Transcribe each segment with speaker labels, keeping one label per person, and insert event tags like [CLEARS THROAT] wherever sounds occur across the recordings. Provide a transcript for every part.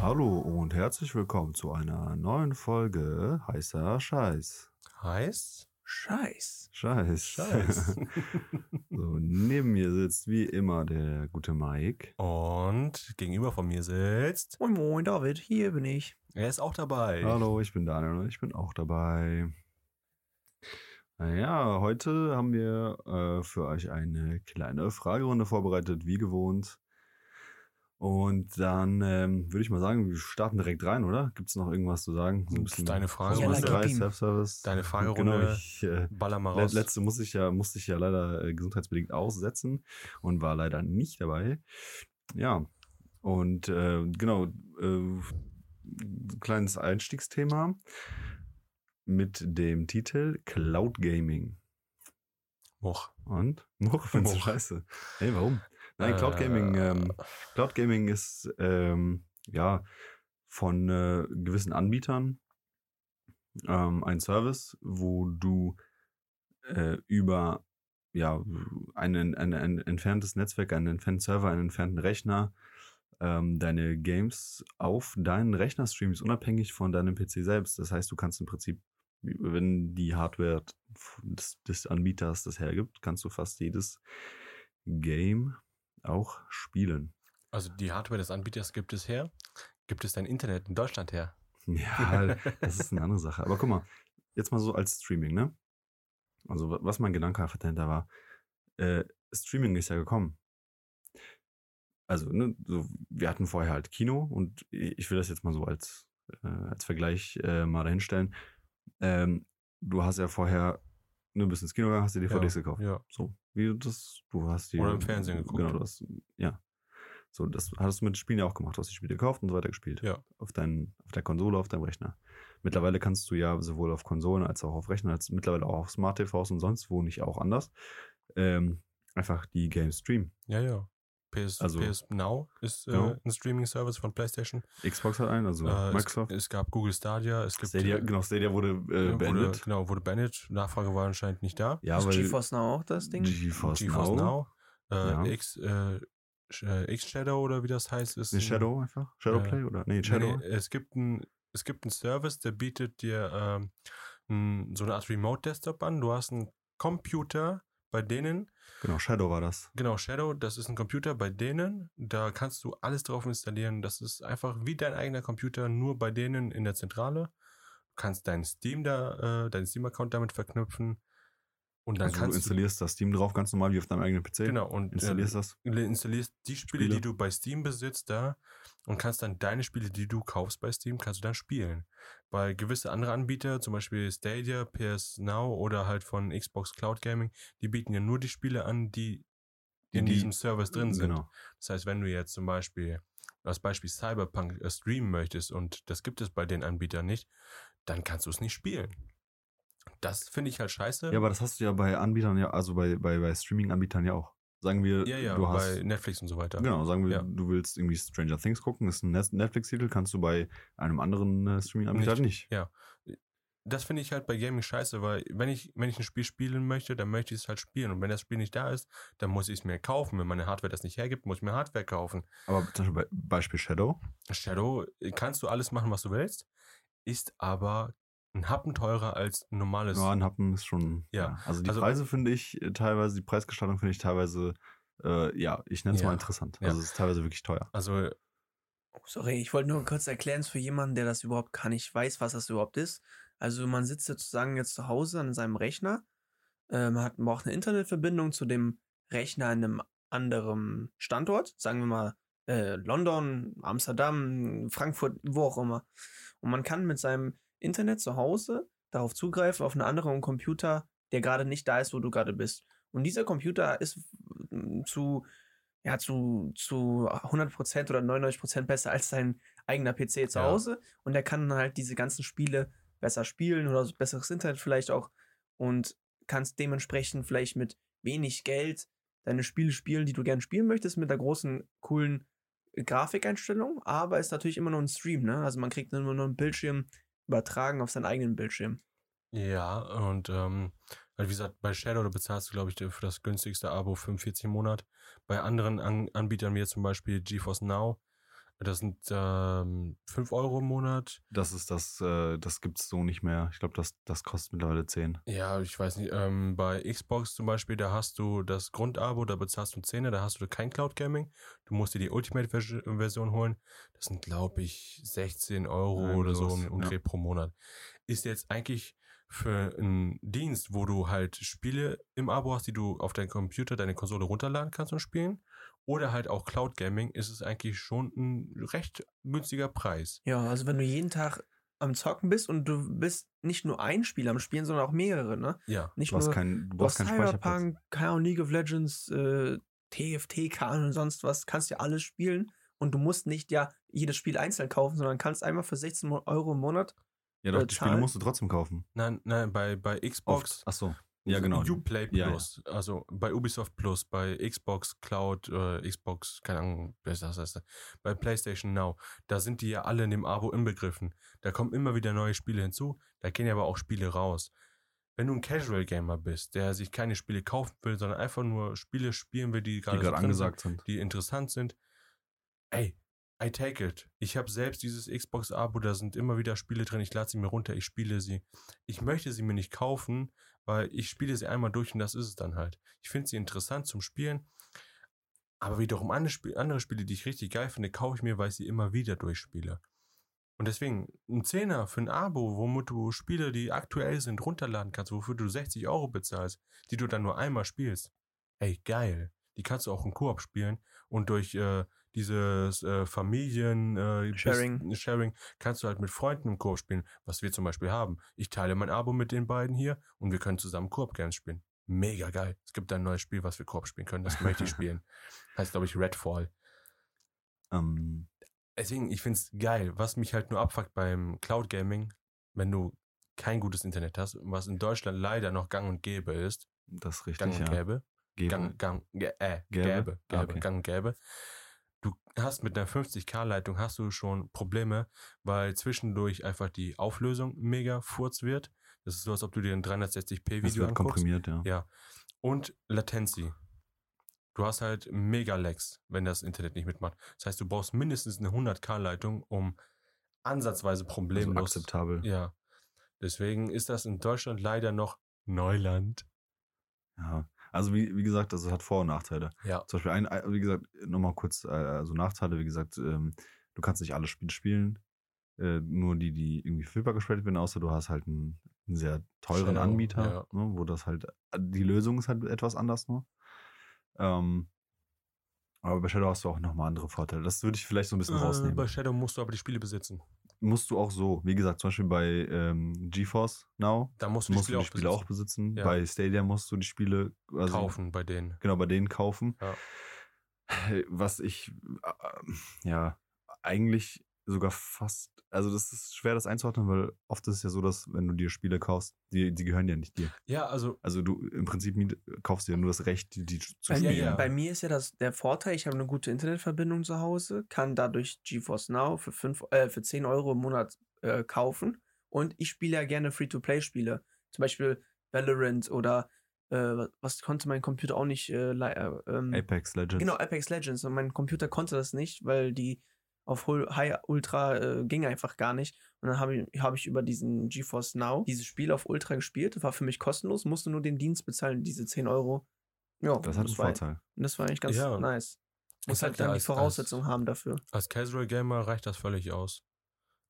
Speaker 1: Hallo und herzlich willkommen zu einer neuen Folge heißer Scheiß.
Speaker 2: Heißt?
Speaker 3: Scheiß.
Speaker 1: Scheiß. [LAUGHS]
Speaker 2: Scheiß.
Speaker 1: so, neben mir sitzt wie immer der gute Mike.
Speaker 2: Und gegenüber von mir sitzt.
Speaker 3: Moin Moin, David, hier bin ich.
Speaker 2: Er ist auch dabei.
Speaker 1: Hallo, ich bin Daniel und ich bin auch dabei. Naja, heute haben wir äh, für euch eine kleine Fragerunde vorbereitet, wie gewohnt. Und dann ähm, würde ich mal sagen, wir starten direkt rein, oder? Gibt es noch irgendwas zu sagen? So ein bisschen
Speaker 2: Deine Frage-
Speaker 1: Folgendes
Speaker 3: Ja,
Speaker 1: drei,
Speaker 3: gib ihm.
Speaker 1: Self-Service.
Speaker 2: Deine Fragerunde.
Speaker 1: Genau, ich äh,
Speaker 2: Baller mal
Speaker 1: Le-
Speaker 2: raus.
Speaker 1: Letzte musste ich, ja, musste ich ja leider äh, gesundheitsbedingt aussetzen und war leider nicht dabei. Ja, und äh, genau, äh, kleines Einstiegsthema mit dem Titel Cloud Gaming.
Speaker 2: Moch.
Speaker 1: Und? [LAUGHS] Much, findest du
Speaker 2: Much.
Speaker 1: scheiße. Hey, warum? Nein,
Speaker 2: Äh,
Speaker 1: Cloud Gaming, ähm, Cloud Gaming ist ähm, ja von äh, gewissen Anbietern ähm, ein Service, wo du äh, über ja, einen, ein, ein entferntes Netzwerk, einen entfernten Server, einen entfernten Rechner ähm, deine Games auf deinen Rechner streamst, unabhängig von deinem PC selbst. Das heißt, du kannst im Prinzip, wenn die Hardware des, des Anbieters das hergibt, kannst du fast jedes Game auch spielen. [LAUGHS]
Speaker 2: Also die Hardware des Anbieters gibt es her. Gibt es dein Internet in Deutschland her?
Speaker 1: Ja, das ist eine andere Sache. Aber guck mal, jetzt mal so als Streaming, ne? Also, wa- was mein Gedanke einfach dahinter war, äh, Streaming ist ja gekommen. Also, ne, so, wir hatten vorher halt Kino und i- ich will das jetzt mal so als, äh, als Vergleich äh, mal dahinstellen. Ähm, du hast ja vorher, ne, bist ins Kino gegangen, hast dir DVDs
Speaker 2: ja.
Speaker 1: gekauft.
Speaker 2: Ja.
Speaker 1: So, wie das, du hast die.
Speaker 2: Oder im Fernsehen geguckt.
Speaker 1: Genau, du hast, ja. So, das hattest du mit Spielen ja auch gemacht. Du hast die Spiele gekauft und so weiter gespielt.
Speaker 2: Ja.
Speaker 1: Auf, dein, auf der Konsole, auf deinem Rechner. Mittlerweile kannst du ja sowohl auf Konsolen als auch auf Rechnern, als mittlerweile auch auf Smart TVs und sonst wo nicht auch anders, ähm, einfach die Games streamen.
Speaker 2: Ja, ja. PS,
Speaker 1: Also-
Speaker 2: PS Now ist äh,
Speaker 1: Genau.
Speaker 2: ein Streaming-Service von PlayStation.
Speaker 1: Xbox hat einen, also
Speaker 2: Äh,
Speaker 1: Microsoft.
Speaker 2: Es, es gab Google Stadia, es gibt
Speaker 1: Stadia,
Speaker 2: äh,
Speaker 1: genau, Stadia wurde äh,
Speaker 2: wurde,
Speaker 1: beendet.
Speaker 2: Genau, wurde beendet. Nachfrage war anscheinend nicht da.
Speaker 1: ja,
Speaker 3: ist
Speaker 1: weil
Speaker 3: GeForce Now auch das Ding?
Speaker 1: GeForce,
Speaker 2: GeForce
Speaker 1: Now.
Speaker 2: Now.
Speaker 1: Ja.
Speaker 2: Äh, X, äh, Sh- äh, X-Shadow oder wie das heißt, ist.
Speaker 1: Nee,
Speaker 2: ein-
Speaker 1: Shadow einfach? Shadowplay oder? Nee,
Speaker 2: Nee,
Speaker 1: Shadow.
Speaker 2: nee, es gibt ein es gibt einen Service, der bietet dir ähm, n- so eine Art Remote-Desktop an. Du hast einen Computer, bei denen,
Speaker 1: Genau, Shadow war das.
Speaker 2: genau, Shadow, das ist ein Computer, bei denen, da kannst du alles drauf installieren. Das ist einfach wie dein eigener Computer, nur bei denen in der Zentrale. Du kannst deinen Steam da, äh, deinen Steam-Account damit verknüpfen. Und dann
Speaker 1: also du
Speaker 2: kannst du.
Speaker 1: installierst das Steam drauf, ganz normal wie auf deinem eigenen PC.
Speaker 2: Genau, und
Speaker 1: Installierst das.
Speaker 2: Le- installierst die Spiele,
Speaker 1: Spiele.
Speaker 2: die du bei Steam besitzt, da und kannst dann deine Spiele, die du kaufst bei Steam, kannst du dann spielen. Bei gewisse andere Anbieter, zum Beispiel Stadia, PS Now oder halt von Xbox Cloud Gaming, die bieten ja nur die Spiele an, die
Speaker 1: Die-
Speaker 2: in
Speaker 1: die-
Speaker 2: diesem Service drin sind.
Speaker 1: Genau.
Speaker 2: Das heißt, wenn du jetzt zum Beispiel als Beispiel Cyberpunk äh, streamen möchtest und das gibt es bei den Anbietern nicht, dann kannst du es nicht spielen. Das finde ich halt scheiße.
Speaker 1: Ja, aber das hast du ja bei Anbietern ja, also bei, bei, bei Streaming-Anbietern ja auch. Sagen wir,
Speaker 2: ja, ja,
Speaker 1: du
Speaker 2: bei
Speaker 1: hast.
Speaker 2: Netflix und so weiter.
Speaker 1: Genau, sagen wir,
Speaker 2: Ja.
Speaker 1: du willst irgendwie Stranger Things gucken, ist ein Net- Netflix-Titel, kannst du bei einem anderen äh, Streaming-Anbieter
Speaker 2: Nicht.
Speaker 1: nicht.
Speaker 2: das finde ich halt bei Gaming scheiße, weil wenn ich, wenn ich ein Spiel spielen möchte, dann möchte ich es halt spielen. Und wenn das Spiel nicht da ist, dann muss ich es mir kaufen. Wenn meine Hardware das nicht hergibt, muss ich mir Hardware kaufen.
Speaker 1: Aber zum Beispiel bei Beispiel Shadow,
Speaker 2: Shadow, äh, kannst du alles machen, was du willst, ist aber ein Happen teurer als ein normales.
Speaker 1: ja, ein Happen ist schon.
Speaker 2: Ja,
Speaker 1: Also die
Speaker 2: also-
Speaker 1: Preise finde ich äh, teilweise, die Preisgestaltung finde ich teilweise, äh, ja, ich nenne es
Speaker 2: Ja.
Speaker 1: mal interessant.
Speaker 2: Ja.
Speaker 1: Also es ist teilweise wirklich teuer.
Speaker 2: Also,
Speaker 3: Oh, sorry, ich wollte nur kurz erklären es für jemanden, der das überhaupt gar nicht weiß, was das überhaupt ist. Also man sitzt sozusagen jetzt zu Hause an seinem Rechner, ähm, hat, braucht eine Internetverbindung zu dem Rechner in einem anderen Standort, sagen wir mal äh, London, Amsterdam, Frankfurt, wo auch immer. Und man kann mit seinem Internet zu Hause darauf zugreifen, auf einen anderen Computer, der gerade nicht da ist, wo du gerade bist. Und dieser Computer ist mm, zu, ja, zu, zu 100% oder 99% besser als dein eigener PC zu
Speaker 2: Ja.
Speaker 3: Hause. Und der kann dann halt diese ganzen Spiele besser spielen oder so besseres Internet vielleicht auch. Und kannst dementsprechend vielleicht mit wenig Geld deine Spiele spielen, die du gern spielen möchtest, mit der großen, coolen Grafikeinstellung. Aber ist natürlich immer nur ein Stream, ne? Also man kriegt immer nur einen Bildschirm übertragen auf seinen eigenen Bildschirm.
Speaker 2: ja, und ähm, halt wie gesagt, bei Shadow da bezahlst du, glaube ich, für das günstigste Abo 45 im Monat. Bei anderen An Anbietern, wie jetzt zum Beispiel GeForce Now, Das sind ähm, 5 Euro im Monat.
Speaker 1: Das ist das, äh, das gibt es so nicht mehr. Ich glaube, das, das kostet mittlerweile 10.
Speaker 2: Ja, ich weiß nicht. Ähm, bei Xbox zum Beispiel, da hast du das Grundabo, da bezahlst du 10, da hast du kein Cloud Gaming. Du musst dir die Ultimate-Version holen. Das sind, glaube ich, 16 Euro
Speaker 1: Nein,
Speaker 2: oder so
Speaker 1: sowas,
Speaker 2: im Umdreh pro Monat. Ist jetzt eigentlich für einen Dienst, wo du halt Spiele im Abo hast, die du auf deinen Computer, deine Konsole runterladen kannst und spielen, oder halt auch Cloud Gaming, ist es eigentlich schon ein recht günstiger Preis.
Speaker 3: Ja, also wenn du jeden Tag am Zocken bist und du bist nicht nur ein Spiel am Spielen, sondern auch mehrere, ne?
Speaker 2: Ja.
Speaker 3: Nicht
Speaker 1: Du hast
Speaker 3: nur
Speaker 1: keinen du
Speaker 3: du
Speaker 1: brauchst
Speaker 3: hast
Speaker 1: keinen Speicherplatz.
Speaker 3: Cyberpunk, keine Ahnung, League of Legends, äh, TFT, keine Ahnung, sonst was, kannst ja alles spielen und du musst nicht ja jedes Spiel einzeln kaufen, sondern kannst einmal für 16 Mo- Euro im Monat.
Speaker 1: Ja, doch,
Speaker 3: äh,
Speaker 1: die Spiele
Speaker 3: zahlen.
Speaker 1: musst du trotzdem kaufen.
Speaker 2: Nein, nein, bei, bei Xbox.
Speaker 1: Oft. Ach so. Ja, genau.
Speaker 2: Uplay
Speaker 1: Ja, ja.
Speaker 2: Plus. Also bei Ubisoft Plus, bei Xbox Cloud, äh, Xbox, keine Ahnung, was das heißt. Bei PlayStation Now. Da sind die ja alle in dem Abo inbegriffen. Da kommen immer wieder neue Spiele hinzu. Da gehen ja aber auch Spiele raus. Wenn du ein Casual Gamer bist, der sich keine Spiele kaufen will, sondern einfach nur Spiele spielen will, die
Speaker 1: Die
Speaker 2: gerade so
Speaker 1: gerade
Speaker 2: drin sind,
Speaker 1: angesagt sind.
Speaker 2: die interessant sind. Ey, I take it. Ich habe selbst dieses Xbox-Abo, da sind immer wieder Spiele drin. Ich lade sie mir runter, ich spiele sie. Ich möchte sie mir nicht kaufen, weil ich spiele sie einmal durch und das ist es dann halt. Ich finde sie interessant zum Spielen. Aber wiederum andere, Spiel, andere Spiele, die ich richtig geil finde, kaufe ich mir, weil ich sie immer wieder durchspiele. Und deswegen, ein Zehner für ein Abo, womit du Spiele, die aktuell sind, runterladen kannst, wofür du 60 Euro bezahlst, die du dann nur einmal spielst. Ey, geil. Die kannst du auch im Koop spielen und durch äh, dieses äh, Familien äh,
Speaker 3: Sharing.
Speaker 2: Bes- Sharing kannst du halt mit Freunden im Koop spielen, was wir zum Beispiel haben. Ich teile mein Abo mit den beiden hier und wir können zusammen Koop Games spielen. Mega geil. Es gibt da ein neues Spiel, was wir Koop spielen können. Das möchte ich spielen. Heißt, glaube ich, Redfall.
Speaker 1: Ähm,
Speaker 2: Deswegen, ich finde es geil. Was mich halt nur abfuckt beim Cloud Gaming, wenn du kein gutes Internet hast, was in Deutschland leider noch gang und gäbe ist,
Speaker 1: das ist
Speaker 2: gang
Speaker 1: richtig,
Speaker 2: und
Speaker 1: ja.
Speaker 2: gäbe,
Speaker 1: Gebe.
Speaker 2: Gang, gang, gä- äh,
Speaker 1: Gäbe?
Speaker 2: gäbe,
Speaker 1: Ah,
Speaker 2: gäbe,
Speaker 1: okay.
Speaker 2: gang, gäbe. Du hast mit einer 50k-Leitung hast du schon Probleme, weil zwischendurch einfach die Auflösung mega furz wird. Das ist so, als ob du dir ein
Speaker 1: Es
Speaker 2: 360p-Video
Speaker 1: wird
Speaker 2: anguckst.
Speaker 1: komprimiert, ja.
Speaker 2: Ja. Und Latency. Du hast halt mega Lags, wenn das Internet nicht mitmacht. Das heißt, du brauchst mindestens eine 100k-Leitung, um ansatzweise
Speaker 1: Also
Speaker 2: problemlos...
Speaker 1: akzeptabel.
Speaker 2: ja. Deswegen ist das in Deutschland leider noch Neuland.
Speaker 1: Ja. Also wie, wie gesagt, das hat Vor- und Nachteile.
Speaker 2: Ja.
Speaker 1: Zum Beispiel, ein, ein- wie gesagt, nochmal kurz, äh, also Nachteile, wie gesagt, ähm, du kannst nicht alle Spiele spielen, äh, nur die, die irgendwie verfügbar gespielt werden, außer du hast halt einen, einen sehr teuren
Speaker 2: Shadow,
Speaker 1: Anbieter, ne, wo das halt, die Lösung ist halt etwas anders nur. Ähm, aber bei Shadow hast du auch nochmal andere Vorteile. Das würde ich vielleicht so ein bisschen
Speaker 2: Äh,
Speaker 1: rausnehmen.
Speaker 2: bei Shadow musst du aber die Spiele besitzen.
Speaker 1: Musst du auch so, wie gesagt, zum Beispiel bei ähm, GeForce Now
Speaker 2: Da musst du die
Speaker 1: musst
Speaker 2: Spiele
Speaker 1: du
Speaker 2: auch
Speaker 1: die Spiele auch
Speaker 2: besitzen.
Speaker 1: besitzen.
Speaker 2: Ja.
Speaker 1: Bei Stadia musst du die Spiele also
Speaker 2: kaufen bei denen.
Speaker 1: Genau, bei denen kaufen.
Speaker 2: Ja.
Speaker 1: Was ich, äh, ja, eigentlich sogar fast, also das ist schwer, das einzuordnen, weil oft ist es ja so, dass wenn du dir Spiele kaufst, die, die gehören ja nicht dir.
Speaker 2: Ja, also
Speaker 1: Also du im Prinzip miet- kaufst dir ja nur das Recht, die, die zu
Speaker 3: Bei,
Speaker 1: spielen.
Speaker 3: mir,
Speaker 2: ja.
Speaker 3: bei mir ist Also ja das, der Vorteil, ich habe eine gute Internetverbindung zu Hause, kann dadurch GeForce Now für, fünf, äh, für 10 Euro im Monat äh, kaufen und ich spiele ja gerne Free-to-Play-Spiele. Zum Beispiel Valorant oder äh, was- was konnte mein Computer auch nicht. Äh, lei- äh, ähm,
Speaker 1: Apex Legends.
Speaker 3: Genau, Apex Legends. Und mein Computer konnte das nicht, weil die auf Hul- High Ultra äh, ging einfach gar nicht. Und dann habe ich, hab ich über diesen GeForce Now dieses Spiel auf Ultra gespielt. War für mich kostenlos, musste nur den Dienst bezahlen, diese 10 Euro. Ja,
Speaker 1: Das hat einen
Speaker 3: war,
Speaker 1: Vorteil.
Speaker 3: und das war eigentlich ganz
Speaker 2: Ja.
Speaker 3: nice.
Speaker 2: Ich
Speaker 3: Muss
Speaker 2: sag
Speaker 3: halt
Speaker 2: ja,
Speaker 3: dann die
Speaker 2: als-
Speaker 3: Voraussetzungen haben dafür.
Speaker 2: als Casual Gamer reicht das völlig aus.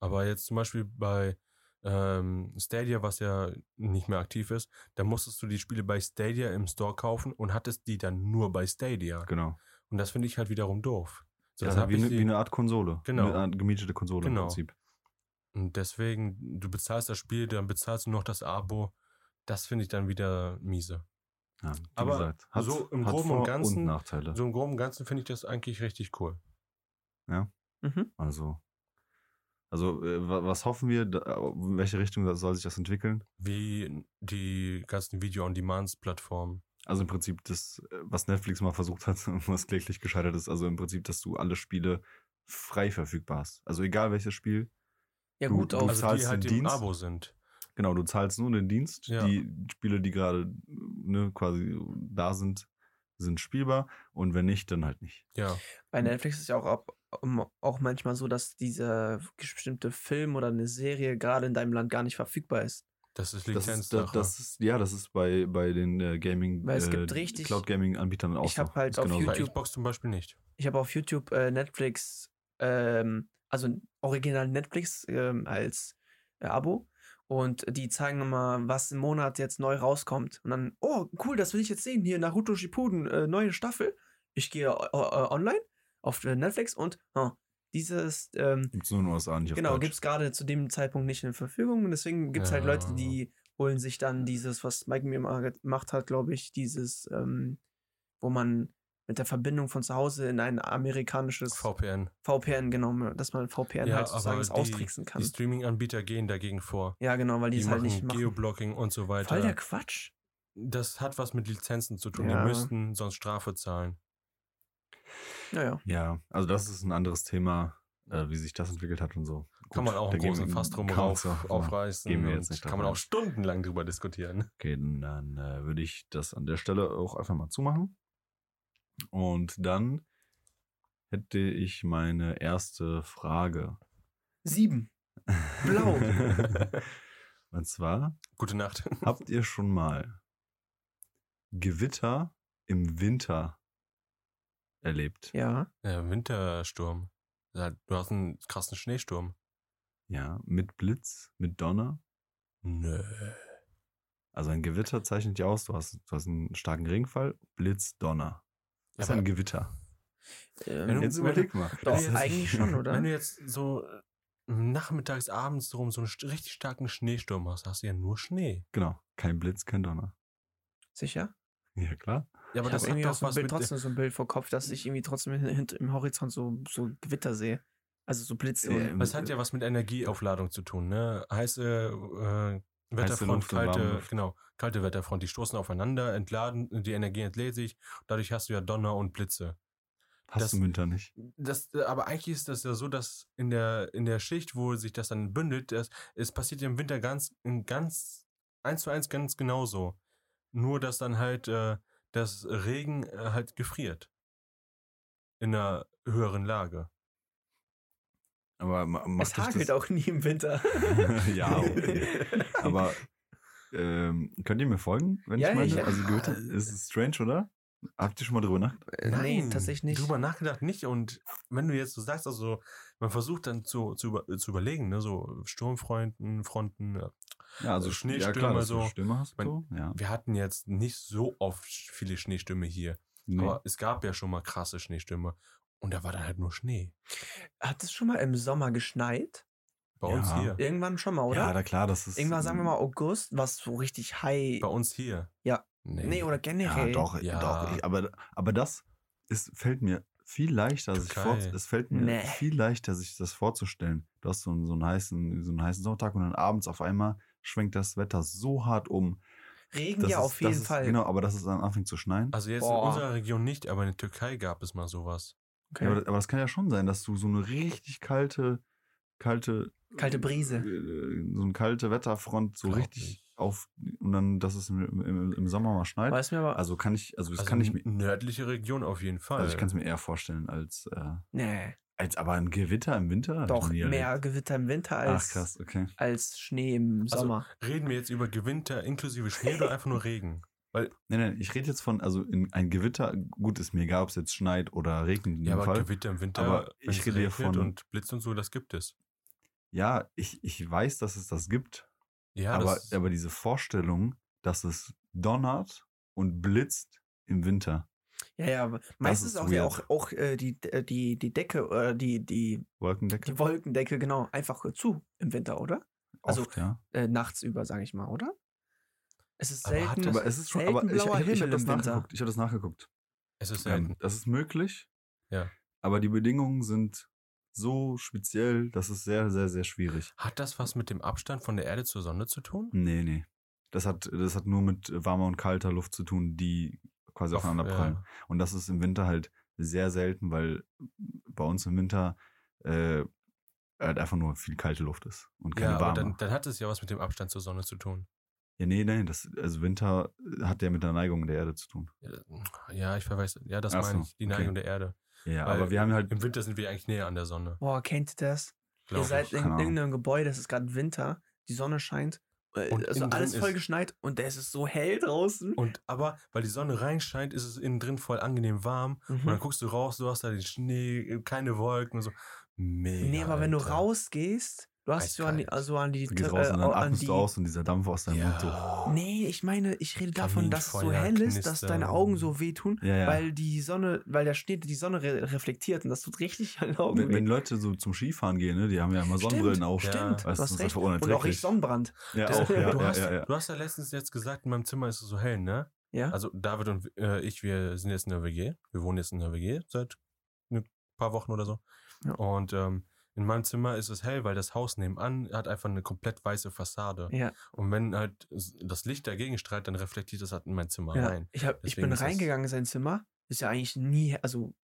Speaker 2: Aber jetzt zum Beispiel bei ähm, Stadia, was ja nicht mehr aktiv ist, da musstest du die Spiele bei Stadia im Store kaufen und hattest die dann nur bei Stadia.
Speaker 1: Genau.
Speaker 2: Und das finde ich halt wiederum doof. So,
Speaker 1: Ja,
Speaker 2: das hab
Speaker 1: wie,
Speaker 2: ich
Speaker 1: eine,
Speaker 2: die-
Speaker 1: wie ne eine Art Konsole.
Speaker 2: Genau.
Speaker 1: Eine Art gemietete Konsole
Speaker 2: Genau.
Speaker 1: im Prinzip.
Speaker 2: Und deswegen, du bezahlst das Spiel, dann bezahlst du noch das Abo. Das finde ich dann wieder miese.
Speaker 1: Ja, wie
Speaker 2: Aber
Speaker 1: gesagt, hat,
Speaker 2: so im
Speaker 1: hat
Speaker 2: Groben und
Speaker 1: Vor-
Speaker 2: Ganzen-
Speaker 1: Nachteile.
Speaker 2: So im Groben und Ganzen finde ich das eigentlich richtig cool.
Speaker 3: Mhm.
Speaker 1: Also, also äh, wa- was hoffen wir, da, in welche Richtung soll sich das entwickeln?
Speaker 2: Wie die ganzen Video-on-Demand-Plattformen.
Speaker 1: Also im Prinzip das, äh, was Netflix mal versucht hat [LAUGHS] und was kläglich gescheitert ist, also im Prinzip, dass du alle Spiele frei verfügbar hast. Also egal welches Spiel,
Speaker 3: Ja,
Speaker 1: Du-
Speaker 3: gut,
Speaker 1: du
Speaker 3: auch.
Speaker 1: bist- zahlst
Speaker 2: die halt
Speaker 1: den
Speaker 2: die im
Speaker 1: Dienst.
Speaker 2: Abo sind.
Speaker 1: genau, du zahlst nur den Dienst,
Speaker 2: Ja.
Speaker 1: die Spiele, die gerade ne, quasi da sind, sind spielbar und wenn nicht, dann halt nicht.
Speaker 2: Ja.
Speaker 3: Bei Netflix ist ja auch, ab, um- auch manchmal so, dass dieser äh, bestimmte Film oder eine Serie gerade in deinem Land gar nicht verfügbar ist.
Speaker 2: Das ist
Speaker 1: Das ist,
Speaker 2: Lizenzsache.
Speaker 1: das, das ist, ja, das ist bei, bei den äh, Gaming,
Speaker 3: Weil es
Speaker 1: äh,
Speaker 3: gibt richtig-
Speaker 1: Cloud Gaming Anbietern auch.
Speaker 3: Ich hab
Speaker 1: so.
Speaker 3: halt
Speaker 1: Ist
Speaker 3: auf
Speaker 1: genauso.
Speaker 2: Bei
Speaker 3: YouTube-
Speaker 2: Xbox zum Beispiel nicht.
Speaker 3: Ich habe auf YouTube äh, Netflix, ähm, also original Netflix ähm, als äh, Abo. Und die zeigen immer, was im Monat jetzt neu rauskommt. Und dann, oh, cool, das will ich jetzt sehen. Hier Naruto Shippuden, äh, neue Staffel. Ich gehe äh, äh, online auf äh, Netflix und oh, dieses, ähm,
Speaker 1: Gibt's nur in den USA nicht auf
Speaker 3: genau,
Speaker 1: Deutsch.
Speaker 3: gibt es gerade zu dem Zeitpunkt nicht in Verfügung. Und deswegen gibt es halt Leute,
Speaker 2: Ja.
Speaker 3: die holen sich dann dieses, was Mike mir mal gemacht hat, glaube ich, dieses, ähm, wo man mit der Verbindung von zu Hause in ein amerikanisches
Speaker 2: VPN.
Speaker 3: VPN genommen, dass man VPN
Speaker 2: Ja,
Speaker 3: halt sozusagen
Speaker 2: aber
Speaker 3: das
Speaker 2: die-
Speaker 3: austricksen kann.
Speaker 2: Die Streaming-Anbieter gehen dagegen vor.
Speaker 3: ja, genau, weil die,
Speaker 2: Die
Speaker 3: es halt nicht
Speaker 2: machen
Speaker 3: machen.
Speaker 2: Geoblocking und so weiter.
Speaker 3: Voll der Quatsch.
Speaker 2: das hat was mit Lizenzen zu tun.
Speaker 3: Ja.
Speaker 2: Die müssten sonst Strafe zahlen.
Speaker 3: Naja.
Speaker 1: Ja, also das ist ein anderes Thema, äh, wie sich das entwickelt hat und so. Gut,
Speaker 2: kann man auch
Speaker 1: da
Speaker 2: einen
Speaker 1: gehen
Speaker 2: großen
Speaker 1: wir-
Speaker 2: Fass drum
Speaker 1: kann man
Speaker 2: rauf,
Speaker 1: so machen.
Speaker 2: aufreißen.
Speaker 1: Gehen wir
Speaker 2: und
Speaker 1: jetzt nicht
Speaker 2: kann
Speaker 1: drauf
Speaker 2: man auch
Speaker 1: ein.
Speaker 2: stundenlang drüber
Speaker 3: [LAUGHS]
Speaker 2: diskutieren. [LAUGHS]
Speaker 1: Okay, dann äh, würde ich das an der Stelle auch einfach mal zumachen. Und dann hätte ich meine erste Frage.
Speaker 3: Sieben.
Speaker 2: [LAUGHS]
Speaker 3: Blau.
Speaker 1: und zwar,
Speaker 2: Gute Nacht.
Speaker 1: Habt ihr schon mal Gewitter im Winter erlebt?
Speaker 3: ja.
Speaker 2: Äh, Wintersturm. Ja, Du hast einen krassen Schneesturm.
Speaker 1: Ja, mit Blitz, mit Donner.
Speaker 2: Nö.
Speaker 1: Also ein Gewitter zeichnet ja aus, du hast, du hast einen starken Regenfall, Blitz, Donner. Das ist
Speaker 2: Aber-
Speaker 1: ein Gewitter.
Speaker 2: Wenn du-
Speaker 3: Ähm,
Speaker 1: Jetzt überleg mal.
Speaker 3: doch,
Speaker 2: wenn du jetzt-
Speaker 1: [LAUGHS]
Speaker 3: eigentlich schon, oder?
Speaker 2: Wenn du jetzt so äh, nachmittags, abends drum so einen st- richtig starken Schneesturm hast, hast du ja nur Schnee.
Speaker 1: Genau, kein Blitz, kein Donner.
Speaker 3: Sicher?
Speaker 1: Ja, klar.
Speaker 2: Ja, aber
Speaker 3: ich
Speaker 2: das
Speaker 3: habe
Speaker 2: hat
Speaker 3: irgendwie auch
Speaker 2: doch
Speaker 3: so ein
Speaker 2: was
Speaker 3: Bild,
Speaker 2: mit.
Speaker 3: trotzdem so ein Bild vor Kopf, dass ich irgendwie trotzdem [LAUGHS] hin- hint- im Horizont so, so Gewitter sehe. Also so Blitze.
Speaker 1: Ja,
Speaker 3: und
Speaker 1: im-
Speaker 2: Das hat ja Äh, was mit Energieaufladung zu tun, ne? Heiße äh, Wetterfront,
Speaker 1: Luft und warme
Speaker 2: kalte,
Speaker 1: Luft.
Speaker 2: genau, kalte Wetterfront, die stoßen aufeinander, entladen, die Energie entlädt sich, dadurch hast du ja Donner und Blitze.
Speaker 1: Hast
Speaker 2: Das-
Speaker 1: du im Winter nicht.
Speaker 2: Das, äh, aber eigentlich ist das ja so, dass in der, in der Schicht, wo sich das dann bündelt, das, es passiert ja im Winter ganz, in ganz, eins zu eins ganz genauso. Nur, dass dann halt äh, das Regen äh, halt gefriert. In einer höheren Lage.
Speaker 1: Aber ma- macht
Speaker 3: es
Speaker 1: dich
Speaker 3: hagelt auch nie im Winter.
Speaker 1: das [LAUGHS] Ja,
Speaker 3: [LAUGHS]
Speaker 1: okay. Aber ähm, könnt ihr mir folgen, wenn
Speaker 3: Ja, Ah,
Speaker 1: ich meine?
Speaker 3: ich-
Speaker 1: also Gewitter ist strange, oder? Habt ihr schon mal drüber nachgedacht?
Speaker 3: nee, tatsächlich nicht.
Speaker 2: Äh, Drüber nachgedacht nicht. Und wenn du jetzt so sagst, also man versucht dann zu, zu, über, zu überlegen, ne, so Sturmfronten, Fronten, äh,
Speaker 1: Ja, also Schnee, ja, klar,
Speaker 2: Schneestürme
Speaker 1: dass du
Speaker 2: so.
Speaker 1: Stürme hast,
Speaker 2: Mein-
Speaker 1: so, ja.
Speaker 2: wir hatten jetzt nicht so oft viele Schneestürme hier.
Speaker 1: Nee.
Speaker 2: Aber es gab ja schon mal krasse Schneestürme. Und da war dann halt nur Schnee.
Speaker 3: Hat es schon mal im Sommer geschneit?
Speaker 2: Bei
Speaker 1: Ja. Äh,
Speaker 2: uns hier.
Speaker 3: Irgendwann schon mal, oder?
Speaker 1: Ja, da klar, das ist. ähm,
Speaker 3: Irgendwann sagen wir mal oh, August, was so richtig high.
Speaker 2: Bei uns hier.
Speaker 3: Ja.
Speaker 2: Nee.
Speaker 3: Nee, oder
Speaker 1: Ja,
Speaker 3: generell.
Speaker 1: doch,
Speaker 2: Ja.
Speaker 1: doch. Ich, aber, aber das ist, fällt mir viel leichter, sich
Speaker 2: Türkei.
Speaker 1: vor, es fällt mir
Speaker 3: Nee.
Speaker 1: viel leichter, sich das vorzustellen. Du hast so einen, so einen heißen, so einen heißen Sommertag und dann abends auf einmal schwenkt das Wetter so hart um.
Speaker 3: Regen
Speaker 1: dass
Speaker 3: ja
Speaker 1: es-
Speaker 3: auf jeden
Speaker 1: dass es,
Speaker 3: Fall.
Speaker 1: Genau, aber dass es dann anfängt zu schneien.
Speaker 2: Also jetzt
Speaker 3: Boah.
Speaker 2: in unserer Region nicht, aber in der Türkei gab es mal
Speaker 1: Ja,
Speaker 2: sowas.
Speaker 3: Okay.
Speaker 1: aber, aber das kann ja schon sein, dass du so eine richtig kalte, kalte,
Speaker 3: Kalte Brise.
Speaker 1: äh, so eine kalte Wetterfront so
Speaker 2: Glaub
Speaker 1: richtig
Speaker 2: nicht.
Speaker 1: auf und dann, dass es im, im, im Sommer mal schneit.
Speaker 3: Weiß mir aber.
Speaker 1: Also kann ich, also das
Speaker 2: Also äh.
Speaker 1: kann ich mir,
Speaker 2: nördliche Region auf jeden Fall.
Speaker 1: also ich kann es mir eher vorstellen als, äh,
Speaker 3: nee,
Speaker 1: als aber ein Gewitter im Winter. hab ich
Speaker 3: doch
Speaker 1: noch nie erlebt.
Speaker 3: mehr Gewitter im Winter
Speaker 1: Ach
Speaker 3: als,
Speaker 1: krass, okay.
Speaker 3: als Schnee im
Speaker 2: Also-
Speaker 3: Sommer.
Speaker 2: Reden wir jetzt über Gewinter inklusive Schnee oder einfach nur Regen?
Speaker 1: Nein, nein, ich rede jetzt von, also in, ein Gewitter, gut, ist mir egal, ob es jetzt schneit oder regnet in
Speaker 2: Ja,
Speaker 1: dem
Speaker 2: aber
Speaker 1: Fall.
Speaker 2: Gewitter im Winter,
Speaker 1: Aber
Speaker 2: wenn
Speaker 1: ich
Speaker 2: es
Speaker 1: rede hier
Speaker 2: regnet
Speaker 1: von-
Speaker 2: und Blitz und so, das gibt es.
Speaker 1: Ja, ich, ich weiß, dass es das gibt,
Speaker 2: Ja,
Speaker 1: aber,
Speaker 2: das,
Speaker 1: aber diese Vorstellung, dass es donnert und blitzt im Winter.
Speaker 3: Ja, ja, aber meistens
Speaker 1: ist
Speaker 3: auch, ja auch,
Speaker 1: weird.
Speaker 3: auch äh, die, äh, die, die Decke oder die, die,
Speaker 1: Wolkendecke?
Speaker 3: die Wolkendecke, genau, einfach äh, zu im Winter, oder? also-
Speaker 1: Oft, ja.
Speaker 3: Äh, nachts über, sage ich mal, oder? Es ist
Speaker 2: Aber hat
Speaker 3: selten.
Speaker 2: das-
Speaker 1: Aber es ist schon,
Speaker 3: selten
Speaker 1: aber ich, ich, ich,
Speaker 3: blauer
Speaker 1: ich
Speaker 3: Himmel
Speaker 1: habe das
Speaker 3: im Winter.
Speaker 1: nachgeguckt. Ich habe das nachgeguckt.
Speaker 2: es ist
Speaker 1: Ähm,
Speaker 2: selten.
Speaker 1: das ist möglich.
Speaker 2: Ja.
Speaker 1: Aber die Bedingungen sind so speziell, das ist sehr, sehr, sehr schwierig.
Speaker 2: Hat das was mit dem Abstand von der Erde zur Sonne zu tun?
Speaker 1: Nee, nee. Das hat, das hat nur mit warmer und kalter Luft zu tun, die quasi aufeinander prallen.
Speaker 2: ja.
Speaker 1: Und das ist im Winter halt sehr selten, weil bei uns im Winter äh, halt einfach nur viel kalte Luft ist und keine
Speaker 2: Ja, aber
Speaker 1: warme.
Speaker 2: dann, dann hat es ja was mit dem Abstand zur Sonne zu tun.
Speaker 1: Ja, nee, nee, das, also Winter hat ja mit der Neigung der Erde zu tun.
Speaker 2: Ja, ich verweise. Ja, das
Speaker 1: Ach so,
Speaker 2: meine ich. Die Neigung
Speaker 1: okay.
Speaker 2: der Erde.
Speaker 1: Ja,
Speaker 2: Weil
Speaker 1: aber wir haben halt.
Speaker 2: Im Winter sind wir eigentlich näher an der Sonne.
Speaker 3: Boah, kennt ihr das?
Speaker 2: glaub
Speaker 3: ihr seid
Speaker 2: ich.
Speaker 3: in
Speaker 1: keine Ahnung.
Speaker 3: irgendeinem Gebäude, es ist gerade Winter, die Sonne scheint, äh,
Speaker 2: Und
Speaker 3: also
Speaker 2: innen drin
Speaker 3: alles voll
Speaker 2: ist-
Speaker 3: geschneit und es ist so hell draußen.
Speaker 2: Und aber, weil die Sonne reinscheint, ist es innen drin voll angenehm warm. Und dann
Speaker 3: Mhm.
Speaker 2: guckst du raus, du hast da den Schnee, keine Wolken und so. Mega.
Speaker 3: Nee, aber wenn du
Speaker 2: Alter.
Speaker 3: rausgehst, du hast so an die,
Speaker 2: Eiskalt.
Speaker 3: also an die,
Speaker 1: Du gehst
Speaker 3: äh,
Speaker 1: raus und dann
Speaker 3: an
Speaker 1: atmest
Speaker 3: die
Speaker 1: du aus und dieser Dampf aus deinem Mund so.
Speaker 2: Ja.
Speaker 3: Nee, ich meine, ich rede davon, dass es so
Speaker 2: Kaminfeuer,
Speaker 3: hell ist, dass
Speaker 2: Knistern.
Speaker 3: deine Augen so wehtun,
Speaker 1: Ja, ja.
Speaker 3: weil die Sonne, weil der Schnee die Sonne re reflektiert und das tut richtig [LAUGHS] an den Augen
Speaker 1: wenn,
Speaker 3: weh.
Speaker 1: wenn Leute so zum Skifahren gehen, ne, die haben ja immer Sonnenbrillen auf.
Speaker 2: ja.
Speaker 1: Weißt
Speaker 3: Stimmt, du
Speaker 1: du, das
Speaker 3: hast
Speaker 1: ist
Speaker 3: recht.
Speaker 1: einfach
Speaker 3: Und auch
Speaker 1: unerträglich.
Speaker 3: ich Sonnenbrand.
Speaker 1: Ja,
Speaker 3: Das-
Speaker 1: auch, ja,
Speaker 2: du,
Speaker 1: ja,
Speaker 2: hast,
Speaker 1: ja, ja.
Speaker 2: du hast ja letztens jetzt gesagt, in meinem Zimmer ist es so hell, ne?
Speaker 3: Ja?
Speaker 2: Also David und äh, ich, wir sind jetzt in der WG. Wir wohnen jetzt in der WG seit ein paar Wochen oder so.
Speaker 3: Ja.
Speaker 2: Und ähm, in meinem Zimmer ist es hell, weil das Haus nebenan hat einfach eine komplett weiße Fassade.
Speaker 3: ja,
Speaker 2: Und wenn halt s- das Licht dagegen strahlt, dann reflektiert das halt in mein Zimmer
Speaker 3: ja.
Speaker 2: rein.
Speaker 3: Ich, hab, ich
Speaker 2: Deswegen
Speaker 3: bin
Speaker 2: ist das-
Speaker 3: reingegangen in sein Zimmer. Ist ja eigentlich nie, also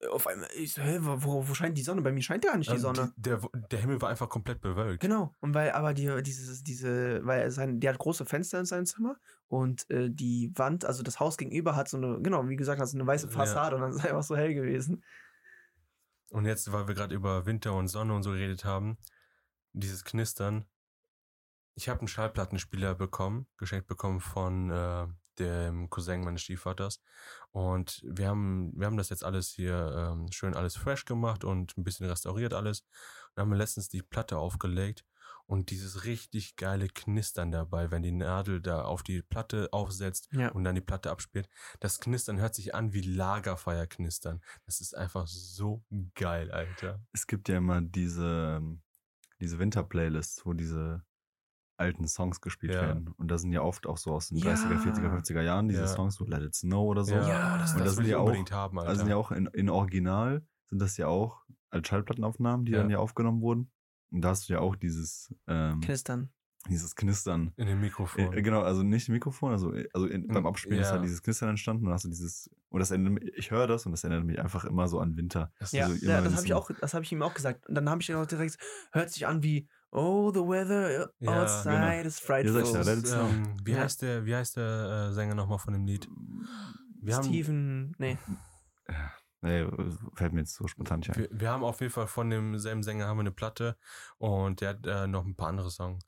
Speaker 3: äh, auf einmal, ich so, hä, wo, wo- wo scheint die Sonne? Bei mir scheint ja gar nicht die
Speaker 2: Also
Speaker 3: Sonne.
Speaker 2: die- der, der Himmel war einfach komplett bewölkt.
Speaker 3: Genau. Und weil aber die, dieses, diese, weil er sein, der hat große Fenster in seinem Zimmer und äh, die Wand, also das Haus gegenüber hat so eine, genau, wie gesagt, hat so eine weiße
Speaker 2: Äh, Ja.
Speaker 3: Fassade und dann ist es einfach so hell gewesen.
Speaker 2: Und jetzt, weil wir gerade über Winter und Sonne und so geredet haben, dieses Knistern. Ich habe einen Schallplattenspieler bekommen, geschenkt bekommen von äh, dem Cousin meines Stiefvaters. Und wir haben, wir haben das jetzt alles hier ähm, schön alles fresh gemacht und ein bisschen restauriert alles. Dann haben wir letztens die Platte aufgelegt und dieses richtig geile Knistern dabei, wenn die Nadel da auf die Platte aufsetzt
Speaker 3: Ja.
Speaker 2: und dann die Platte abspielt. Das Knistern hört sich an wie Lagerfeuer knistern. Das ist einfach so geil, Alter.
Speaker 1: Es gibt ja immer diese, ähm, diese Winter-Playlists, wo diese alten Songs gespielt
Speaker 2: Ja.
Speaker 1: werden. Und da sind ja oft auch so aus den
Speaker 3: Ja.
Speaker 1: 30er, 40er, 50er Jahren diese
Speaker 2: Ja.
Speaker 1: Songs, so Let It Snow oder
Speaker 2: Also,
Speaker 1: so.
Speaker 3: Ja.
Speaker 1: Und das
Speaker 2: will
Speaker 1: sind
Speaker 2: ich
Speaker 1: ja auch-
Speaker 2: unbedingt haben, Alter.
Speaker 1: Also sind ja auch in, in Original sind das ja auch als Schallplattenaufnahmen, die
Speaker 2: Ja.
Speaker 1: dann ja aufgenommen wurden. Und da hast du ja auch dieses,
Speaker 2: Hm.
Speaker 1: ähm,
Speaker 3: Knistern.
Speaker 1: dieses Knistern.
Speaker 2: in dem
Speaker 1: Äh,
Speaker 2: Mikrofon.
Speaker 1: äh, genau, also nicht im Mikrofon, also, äh, also in,
Speaker 3: Hm,
Speaker 1: beim
Speaker 2: Mm,
Speaker 1: Abspielen ist
Speaker 2: ja.
Speaker 1: halt dieses Knistern entstanden und hast du dieses, und das erinnert mich, ich höre das und das erinnert mich einfach immer so an Winter.
Speaker 2: Das
Speaker 3: Ja,
Speaker 2: ist-
Speaker 1: Also immer,
Speaker 3: ja
Speaker 1: wenn
Speaker 3: das
Speaker 1: es
Speaker 3: habe ich
Speaker 1: um-
Speaker 3: auch, das habe ich ihm auch gesagt. Und dann habe ich dann auch direkt, hört sich an wie, oh, the weather
Speaker 2: Ja,
Speaker 3: outside
Speaker 1: genau.
Speaker 3: is
Speaker 1: Ihr
Speaker 3: frightful.
Speaker 1: seid ja,
Speaker 2: das
Speaker 1: Let
Speaker 2: ist,
Speaker 1: It Snow.
Speaker 2: ähm, wie,
Speaker 3: Ja.
Speaker 2: heißt der, wie heißt der äh, Sänger nochmal von dem Lied? Wir haben,
Speaker 3: Steven, nee,
Speaker 1: Nee, äh, fällt mir jetzt so spontan nicht ein.
Speaker 2: wir, wir haben auf jeden Fall von demselben Sänger haben wir eine Platte und der hat äh, noch ein paar andere Song,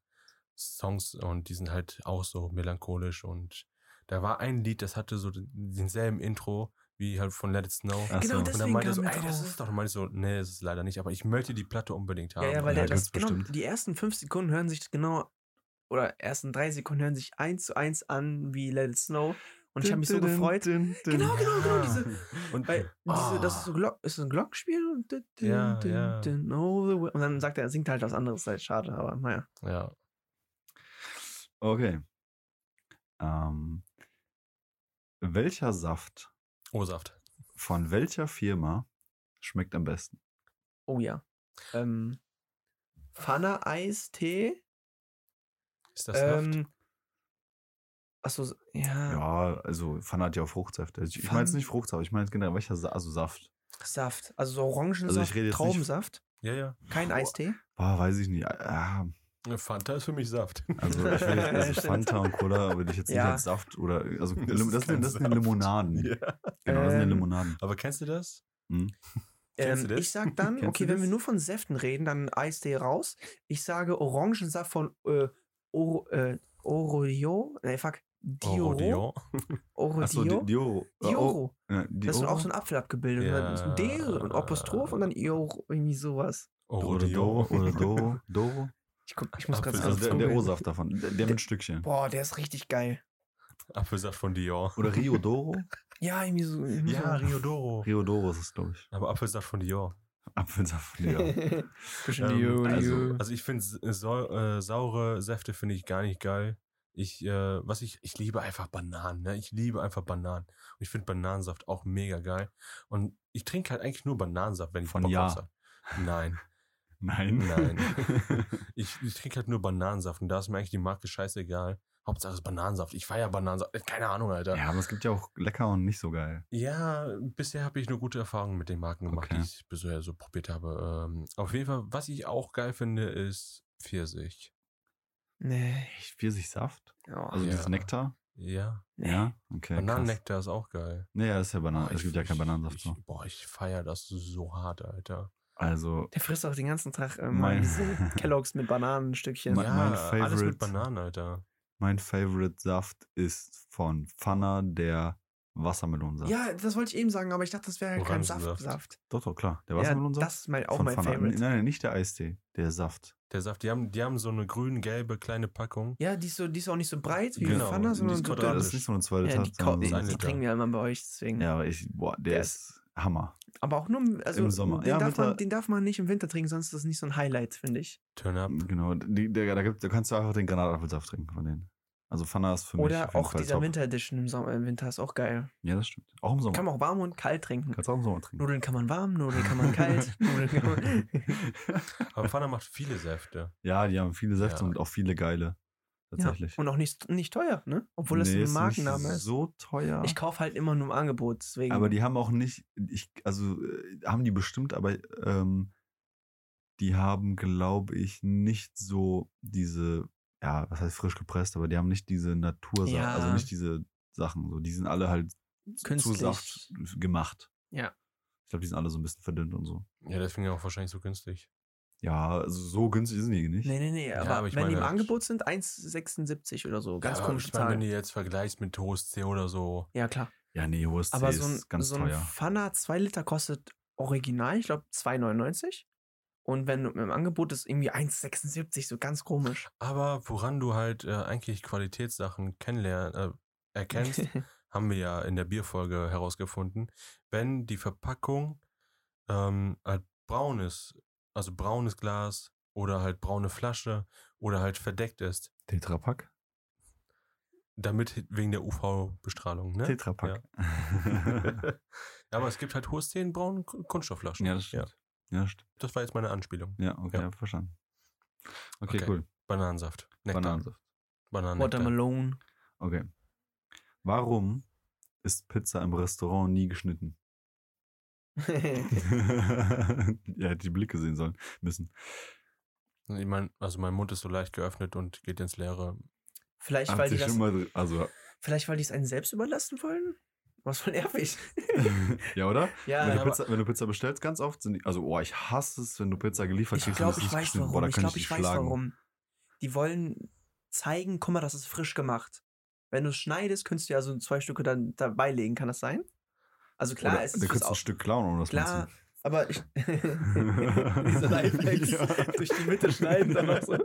Speaker 2: Songs und die sind halt auch so melancholisch und da war ein Lied, das hatte so den- denselben Intro wie halt von Let It Snow.
Speaker 1: Ach
Speaker 3: Genau
Speaker 1: so.
Speaker 3: das-
Speaker 2: Und dann
Speaker 3: Deswegen
Speaker 2: meinte er
Speaker 3: kam
Speaker 2: so,
Speaker 3: er
Speaker 2: ey, das
Speaker 3: drauf.
Speaker 2: ist doch. Und meinte ich so, nee, das ist leider nicht, aber ich möchte die Platte unbedingt haben.
Speaker 3: Ja, ja, weil
Speaker 1: Ja,
Speaker 3: der, das,
Speaker 1: gibt's
Speaker 3: genau,
Speaker 1: bestimmt.
Speaker 3: die ersten fünf Sekunden hören sich genau, oder ersten drei Sekunden hören sich eins zu eins an wie Let It Snow. Und ich habe mich so gefreut. Genau, genau, genau.
Speaker 2: Ja.
Speaker 3: Diese,
Speaker 2: [LAUGHS] Und
Speaker 3: weil diese, das ist so
Speaker 2: Ah.
Speaker 3: Glock, ist das ein Glockenspiel. Dün, dün,
Speaker 2: Ja,
Speaker 3: dün,
Speaker 2: ja.
Speaker 3: dün, oh, the way- Und dann sagt er, er singt halt was anderes, halt schade, aber naja.
Speaker 2: Ja.
Speaker 1: Okay. Ähm, welcher Saft
Speaker 2: O-Saft.
Speaker 1: von welcher Firma schmeckt am besten?
Speaker 3: Oh ja. Ähm, Pfanne-Eistee.
Speaker 2: Ist das Saft?
Speaker 3: Ähm, achso, ja,
Speaker 1: Ja, also Pfanne hat ja auch Fruchtsaft. Also ich ich meine jetzt
Speaker 3: Pfanne?
Speaker 1: nicht Fruchtsaft, ich meine jetzt generell welcher Sa also Saft.
Speaker 3: Saft. Also so Orangensaft,
Speaker 1: Also ich rede jetzt nicht-
Speaker 3: Traubensaft.
Speaker 2: Ja, ja.
Speaker 3: Kein Eistee.
Speaker 1: Boah, weiß ich nicht. Ah,
Speaker 2: Fanta ist für mich
Speaker 3: [LAUGHS]
Speaker 2: Saft.
Speaker 1: also ich will jetzt, also
Speaker 3: Stimmt.
Speaker 1: Fanta und Cola würde ich jetzt nicht
Speaker 3: Ja.
Speaker 1: als Saft oder also
Speaker 2: Das
Speaker 1: das,
Speaker 2: ist
Speaker 1: das,
Speaker 2: kein
Speaker 1: sind, das sind
Speaker 2: Saft.
Speaker 1: Limonaden.
Speaker 2: ja.
Speaker 1: Genau, das sind ja
Speaker 3: Ähm,
Speaker 1: Limonaden.
Speaker 2: Aber kennst du das? Kennst
Speaker 3: Ähm,
Speaker 2: du das?
Speaker 1: [LAUGHS]
Speaker 3: ich sag dann,
Speaker 1: Kennst
Speaker 3: okay,
Speaker 1: du
Speaker 3: wenn
Speaker 1: das?
Speaker 3: wir nur von Säften reden, dann Eistee raus. Ich sage Orangensaft von äh, Oro, äh, Orodio. Nee, fuck. Dioro.
Speaker 2: Dior.
Speaker 3: Orodio.
Speaker 1: Achso, Di- Dioro. Äh, oh,
Speaker 3: Dioro.
Speaker 1: ja, Dioro.
Speaker 3: Das ist auch so ein Apfel abgebildet. Und dann ist ein D
Speaker 2: Ja.
Speaker 3: und Apostroph und dann Ioro. Irgendwie sowas.
Speaker 1: oder Doro. Oder [LAUGHS] Doro. Doro.
Speaker 3: Ich, guck, ich muss gerade
Speaker 2: Apfel-
Speaker 1: Also
Speaker 3: sagen.
Speaker 1: der, der O-Saft davon. Der, der
Speaker 3: Der-
Speaker 1: mit Stückchen.
Speaker 3: Boah, der ist richtig geil.
Speaker 2: Apfelsaft von Dior.
Speaker 1: Oder Rio Doro?
Speaker 3: Ja, irgendwie so. irgendwie
Speaker 2: Ja,
Speaker 3: so.
Speaker 2: Rio Doro.
Speaker 1: Rio Doro ist es, glaube ich.
Speaker 2: Aber Apfelsaft von Dior.
Speaker 1: Apfelsaft. Ja.
Speaker 3: [LAUGHS] Zwischen
Speaker 2: Ähm,
Speaker 3: Dior und
Speaker 2: also,
Speaker 3: Dior.
Speaker 2: also ich finde sau, äh, saure Säfte finde ich gar nicht geil. Ich, äh, was ich, ich liebe einfach Bananen, ne? Ich liebe einfach Bananen. Und ich finde Bananensaft auch mega geil. Und ich trinke halt eigentlich nur Bananensaft, wenn ich
Speaker 1: Von
Speaker 2: Bock
Speaker 1: Ja.
Speaker 2: auf Saft- Nein.
Speaker 1: Nein.
Speaker 2: Nein. Ich, ich trinke halt nur Bananensaft und da ist mir eigentlich die Marke scheißegal. Hauptsache es ist Bananensaft. Ich feiere Bananensaft. Äh, Keine Ahnung, Alter. Ja,
Speaker 1: [LAUGHS] ja, aber es gibt ja auch lecker und nicht so geil.
Speaker 2: bisher habe ich nur gute Erfahrungen mit den Marken gemacht,
Speaker 1: Okay.
Speaker 2: die ich bisher so probiert habe. Ähm, auf jeden Fall, was ich auch geil finde, ist Pfirsich.
Speaker 3: Nee. oh,
Speaker 1: Echt Pfirsichsaft?
Speaker 3: Ja.
Speaker 1: Also
Speaker 2: Ja.
Speaker 1: dieses Nektar?
Speaker 2: Ja.
Speaker 1: Ja, okay. krass.
Speaker 2: Bananennektar ist auch geil.
Speaker 1: Naja, das ist ja Bananen.
Speaker 2: Boah,
Speaker 1: es
Speaker 2: ich-
Speaker 1: gibt ja keinen
Speaker 2: ich-
Speaker 1: Bananensaft
Speaker 2: ich-
Speaker 1: so.
Speaker 2: Boah, ich feier das so hart, Alter.
Speaker 1: Also,
Speaker 3: Der frisst auch den ganzen Tag immer
Speaker 1: Mein-
Speaker 3: diese [LAUGHS] Kelloggs mit Bananenstückchen.
Speaker 1: Me-
Speaker 2: ja,
Speaker 1: mein
Speaker 2: alles
Speaker 1: Favorite-
Speaker 2: mit Bananen, Alter.
Speaker 1: mein Favorite Saft ist von Pfanner der Wassermelonensaft.
Speaker 3: Ja, das wollte ich eben sagen, aber ich dachte, das wäre halt kein Saft.
Speaker 2: Orangensaft.
Speaker 3: Saft.
Speaker 1: Doch, doch, klar. Der
Speaker 3: Ja,
Speaker 1: Wassermelonensaft.
Speaker 3: das ist mein, auch
Speaker 1: von ne?
Speaker 3: mein
Speaker 1: Pfanner.
Speaker 3: Favorite.
Speaker 1: Nein, nein, nicht der Eistee, der Saft.
Speaker 2: Der Saft, die haben, die haben so eine grün-gelbe kleine Packung.
Speaker 3: Ja, die ist, so, die ist auch nicht so breit wie
Speaker 2: Genau,
Speaker 3: genau, Pfanne,
Speaker 2: die
Speaker 3: sondern
Speaker 2: ist
Speaker 3: so
Speaker 1: Das
Speaker 2: quadratisch.
Speaker 3: dünn.
Speaker 1: ist nicht so eine zweite
Speaker 3: Ja, die,
Speaker 1: Tasse. sondern
Speaker 3: die,
Speaker 1: so
Speaker 2: Ein
Speaker 1: eine-
Speaker 3: die
Speaker 2: Liter.
Speaker 3: trinken wir immer bei euch, deswegen.
Speaker 1: Ja, aber ich, boah, der,
Speaker 3: Der
Speaker 1: ist Hammer.
Speaker 3: Aber auch nur, also
Speaker 1: Im Sommer.
Speaker 3: Den,
Speaker 1: Ja,
Speaker 3: darf
Speaker 1: Winter-
Speaker 3: man, den darf man nicht im Winter trinken, sonst ist das nicht so ein Highlight, finde ich.
Speaker 2: Turn up.
Speaker 1: Genau, die, der, da, gibt, da kannst du einfach den Granatapfelsaft trinken von denen. Also Pfanner ist für mich auf
Speaker 3: Oder
Speaker 1: jeden
Speaker 3: auch
Speaker 1: Fall
Speaker 3: dieser
Speaker 1: top.
Speaker 3: Winter Edition im, Sommer, im Winter ist auch geil.
Speaker 1: Ja, das stimmt. Auch im Sommer.
Speaker 3: Kann man auch warm und kalt trinken.
Speaker 1: Oh. kannst du auch im Sommer trinken.
Speaker 3: Nudeln kann man warm, Nudeln kann
Speaker 1: [LAUGHS]
Speaker 3: man kalt. Nudeln kann man
Speaker 2: Aber Pfanne macht viele Säfte.
Speaker 1: Ja, die haben viele Säfte
Speaker 2: Ja.
Speaker 1: und auch viele geile.
Speaker 3: ja,
Speaker 1: Tatsächlich.
Speaker 3: und auch nicht, nicht teuer, ne? Obwohl das
Speaker 1: Nee,
Speaker 3: ein
Speaker 1: ist nicht
Speaker 3: Markenname ist.
Speaker 1: so teuer.
Speaker 3: Ich kaufe halt immer nur im Angebot, deswegen.
Speaker 1: aber die haben auch nicht, ich, also äh, haben die bestimmt, aber ähm, die haben, glaube ich, nicht so diese, ja, was heißt frisch gepresst, aber die haben nicht diese Natursachen,
Speaker 3: Ja.
Speaker 1: also nicht diese Sachen. So, die sind alle halt zu
Speaker 3: Künstlich.
Speaker 1: Saft gemacht.
Speaker 3: Ja.
Speaker 1: Ich glaube, die sind alle so ein bisschen verdünnt und so.
Speaker 2: Ja, deswegen auch wahrscheinlich so günstig.
Speaker 1: Ja, also so günstig sind die nicht.
Speaker 3: Nee, nee, nee, Ne, aber,
Speaker 2: aber ich
Speaker 3: wenn die im
Speaker 2: meine-
Speaker 3: Angebot sind, 1,76 oder so. Ganz
Speaker 2: ja,
Speaker 3: komische
Speaker 2: ich meine, wenn
Speaker 3: Zahlen.
Speaker 2: du jetzt vergleichst mit Toast C oder so.
Speaker 3: Ja, klar.
Speaker 1: Ja, nee, hohes C
Speaker 3: Aber so ein,
Speaker 1: ist ganz
Speaker 3: so ein
Speaker 1: teuer.
Speaker 3: Pfanner 2 Liter kostet original, ich glaube, 2,99. Und wenn du im Angebot ist irgendwie 1,76, so ganz komisch.
Speaker 2: Aber woran du halt äh, eigentlich Qualitätssachen kennenlernen, äh,
Speaker 3: [LAUGHS]
Speaker 2: erkennst, haben wir ja in der Bierfolge herausgefunden, wenn die Verpackung ähm, halt braun ist, also braunes Glas oder halt braune Flasche oder halt verdeckt ist,
Speaker 1: Tetrapack?
Speaker 2: damit wegen der UV-Bestrahlung, ne?
Speaker 1: Tetrapack.
Speaker 2: Ja, aber es gibt halt hohe Szenen braunen Ku- Kunststoffflaschen.
Speaker 1: Ja, das stimmt. [LAUGHS] Ja, das stimmt.
Speaker 2: Das war jetzt meine Anspielung.
Speaker 1: Ja, okay,
Speaker 2: Ja.
Speaker 1: hab verstanden. Okay,
Speaker 2: Okay.
Speaker 1: cool.
Speaker 2: Bananensaft. Nektar.
Speaker 1: Bananensaft.
Speaker 2: Bananennektar.
Speaker 3: Watermelon. [LAUGHS]
Speaker 1: Okay. Warum ist Pizza im Restaurant nie geschnitten? [LAUGHS] ja, hätte die Blicke sehen sollen müssen.
Speaker 2: Ich mein, also mein Mund ist so leicht geöffnet und geht ins Leere.
Speaker 3: vielleicht,
Speaker 1: Hat
Speaker 3: weil die
Speaker 1: sich
Speaker 3: das,
Speaker 1: schon mal, also, [LAUGHS]
Speaker 3: vielleicht, weil die es einen selbst überlassen wollen? Was für ein Erwig.
Speaker 1: ja, oder? wenn,
Speaker 3: [LAUGHS] ja,
Speaker 1: du
Speaker 2: aber-
Speaker 1: Pizza, wenn du Pizza bestellst, ganz oft sind die, also, oh, ich hasse es, wenn du Pizza geliefert
Speaker 3: ich
Speaker 1: kriegst. und
Speaker 3: glaube,
Speaker 1: es
Speaker 3: ich
Speaker 1: ist
Speaker 3: weiß
Speaker 1: geschnitten.
Speaker 3: warum.
Speaker 1: Boah, da
Speaker 3: ich
Speaker 1: kann
Speaker 3: glaube, ich,
Speaker 1: dich
Speaker 3: weiß
Speaker 1: schlagen.
Speaker 3: warum. Die wollen zeigen, guck mal, das ist frisch gemacht. Wenn du es schneidest, könntest du ja so zwei Stücke dann dabei legen, kann das sein? Also klar,
Speaker 1: oder,
Speaker 3: es
Speaker 1: da
Speaker 3: ist
Speaker 1: kannst du ein Stück um klauen, oder was
Speaker 3: Klar, aber
Speaker 1: [LAUGHS]
Speaker 3: ich. [LAUGHS]
Speaker 1: Diese
Speaker 3: Diese Lifehacks
Speaker 1: Ja.
Speaker 3: durch die Mitte schneiden dann
Speaker 1: [LAUGHS]
Speaker 3: auch so.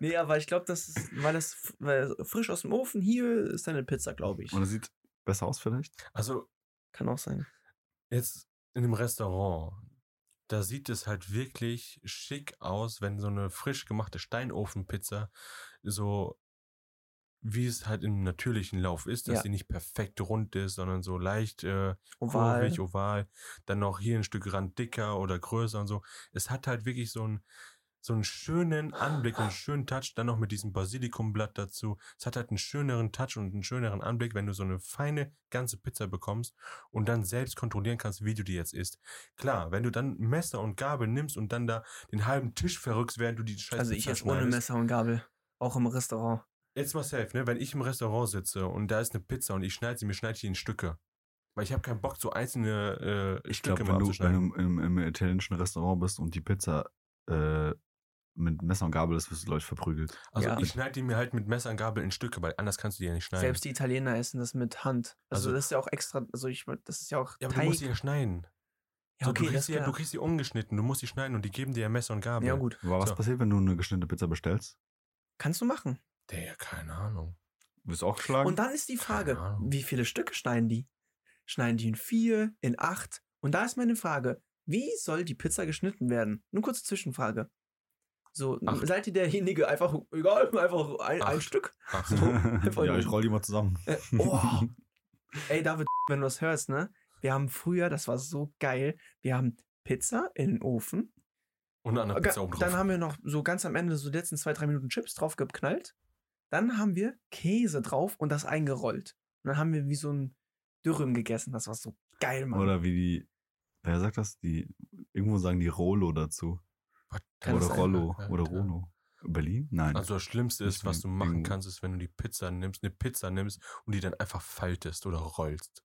Speaker 3: Nee, aber ich glaube, das ist, weil das f- weil frisch aus dem Ofen hier ist dann eine Pizza, glaube ich.
Speaker 1: Und es sieht besser aus vielleicht?
Speaker 2: Also
Speaker 3: Kann auch sein.
Speaker 2: jetzt in einem Restaurant, da sieht es halt wirklich schick aus, wenn so eine frisch gemachte Steinofenpizza so wie es halt im natürlichen Lauf ist, dass
Speaker 3: Ja.
Speaker 2: sie nicht perfekt rund ist, sondern so leicht äh,
Speaker 3: Oval.
Speaker 2: kurvig, oval, dann noch hier ein Stück Rand dicker oder größer und so. Es hat halt wirklich so einen, so einen schönen Anblick und einen schönen Touch, dann noch mit diesem Basilikumblatt dazu. Es hat halt einen schöneren Touch und einen schöneren Anblick, wenn du so eine feine ganze Pizza bekommst und dann selbst kontrollieren kannst, wie du die jetzt isst. Klar, wenn du dann Messer und Gabel nimmst und dann da den halben Tisch verrückst, während du die Scheiße
Speaker 3: also ich jetzt ohne Messer und Gabel. Auch im Restaurant.
Speaker 2: Jetzt mal safe, ne? Wenn ich im Restaurant sitze und da ist eine Pizza und ich schneide sie, mir schneide ich die in Stücke. Weil ich habe keinen Bock, so einzelne äh,
Speaker 1: Ich
Speaker 2: Stücke
Speaker 1: glaube, wenn
Speaker 2: mal
Speaker 1: du,
Speaker 2: abzuschneiden.
Speaker 1: wenn du im, im, im italienischen Restaurant bist und die Pizza äh, mit Messer und Gabel ist, wirst du Leute verprügelt.
Speaker 2: Also
Speaker 3: Ja.
Speaker 2: ich schneide die mir halt mit Messer und Gabel in Stücke, weil anders kannst du die ja nicht schneiden.
Speaker 3: Selbst die Italiener essen das mit Hand. Also,
Speaker 2: Also-
Speaker 3: das ist ja auch extra, also ich das ist ja auch
Speaker 2: ja, aber du
Speaker 3: Teig.
Speaker 2: musst die ja schneiden.
Speaker 3: ja,
Speaker 2: so, du,
Speaker 3: okay, das
Speaker 2: kriegst die, ja- du
Speaker 3: klar.
Speaker 2: kriegst die ungeschnitten, du musst die schneiden und die geben dir ja Messer und Gabel.
Speaker 3: Ja gut.
Speaker 1: Aber was
Speaker 2: So.
Speaker 1: passiert, wenn du eine geschnittene Pizza bestellst?
Speaker 3: Kannst du machen.
Speaker 2: Der, keine Ahnung.
Speaker 1: Wirst du auch geschlagen? [LAUGHS]
Speaker 3: Und dann ist die Frage,
Speaker 2: Keine Ahnung.
Speaker 3: wie viele Stücke schneiden die? Schneiden die in vier, in acht? Und da ist meine Frage, wie soll die Pizza geschnitten werden? Nur kurze Zwischenfrage. So,
Speaker 2: Acht.
Speaker 3: seid ihr derjenige, einfach, [LAUGHS] egal, einfach ein, ein
Speaker 2: Acht. [LAUGHS]
Speaker 3: Stück? [LAUGHS]
Speaker 2: Ach,
Speaker 3: einfach
Speaker 1: ja,
Speaker 3: nur-
Speaker 1: ich roll die mal zusammen.
Speaker 3: Äh, oh. Ey, David, wenn du das hörst, ne? Wir haben früher, das war so geil, wir haben Pizza in den Ofen.
Speaker 2: und eine andere
Speaker 3: Ga-
Speaker 2: Pizza oben drauf.
Speaker 3: Dann haben wir noch so ganz am Ende so die letzten zwei, drei Minuten Chips draufgeknallt. Dann haben wir Käse drauf und das eingerollt. Und dann haben wir wie so ein Dürüm gegessen. Das war so geil, Mann.
Speaker 1: Oder wie die, wer sagt das? Die, irgendwo sagen die Rolo dazu.
Speaker 2: Was-
Speaker 3: Kann
Speaker 1: oder
Speaker 3: das sein?
Speaker 1: Rollo.
Speaker 2: Alter.
Speaker 1: Oder Rono. Berlin? Nein.
Speaker 2: Also das Schlimmste ist,
Speaker 1: Nicht
Speaker 2: was du
Speaker 1: wegen-
Speaker 2: machen
Speaker 1: wegen-
Speaker 2: kannst, ist, wenn du die Pizza nimmst, eine Pizza nimmst und die dann einfach faltest oder rollst.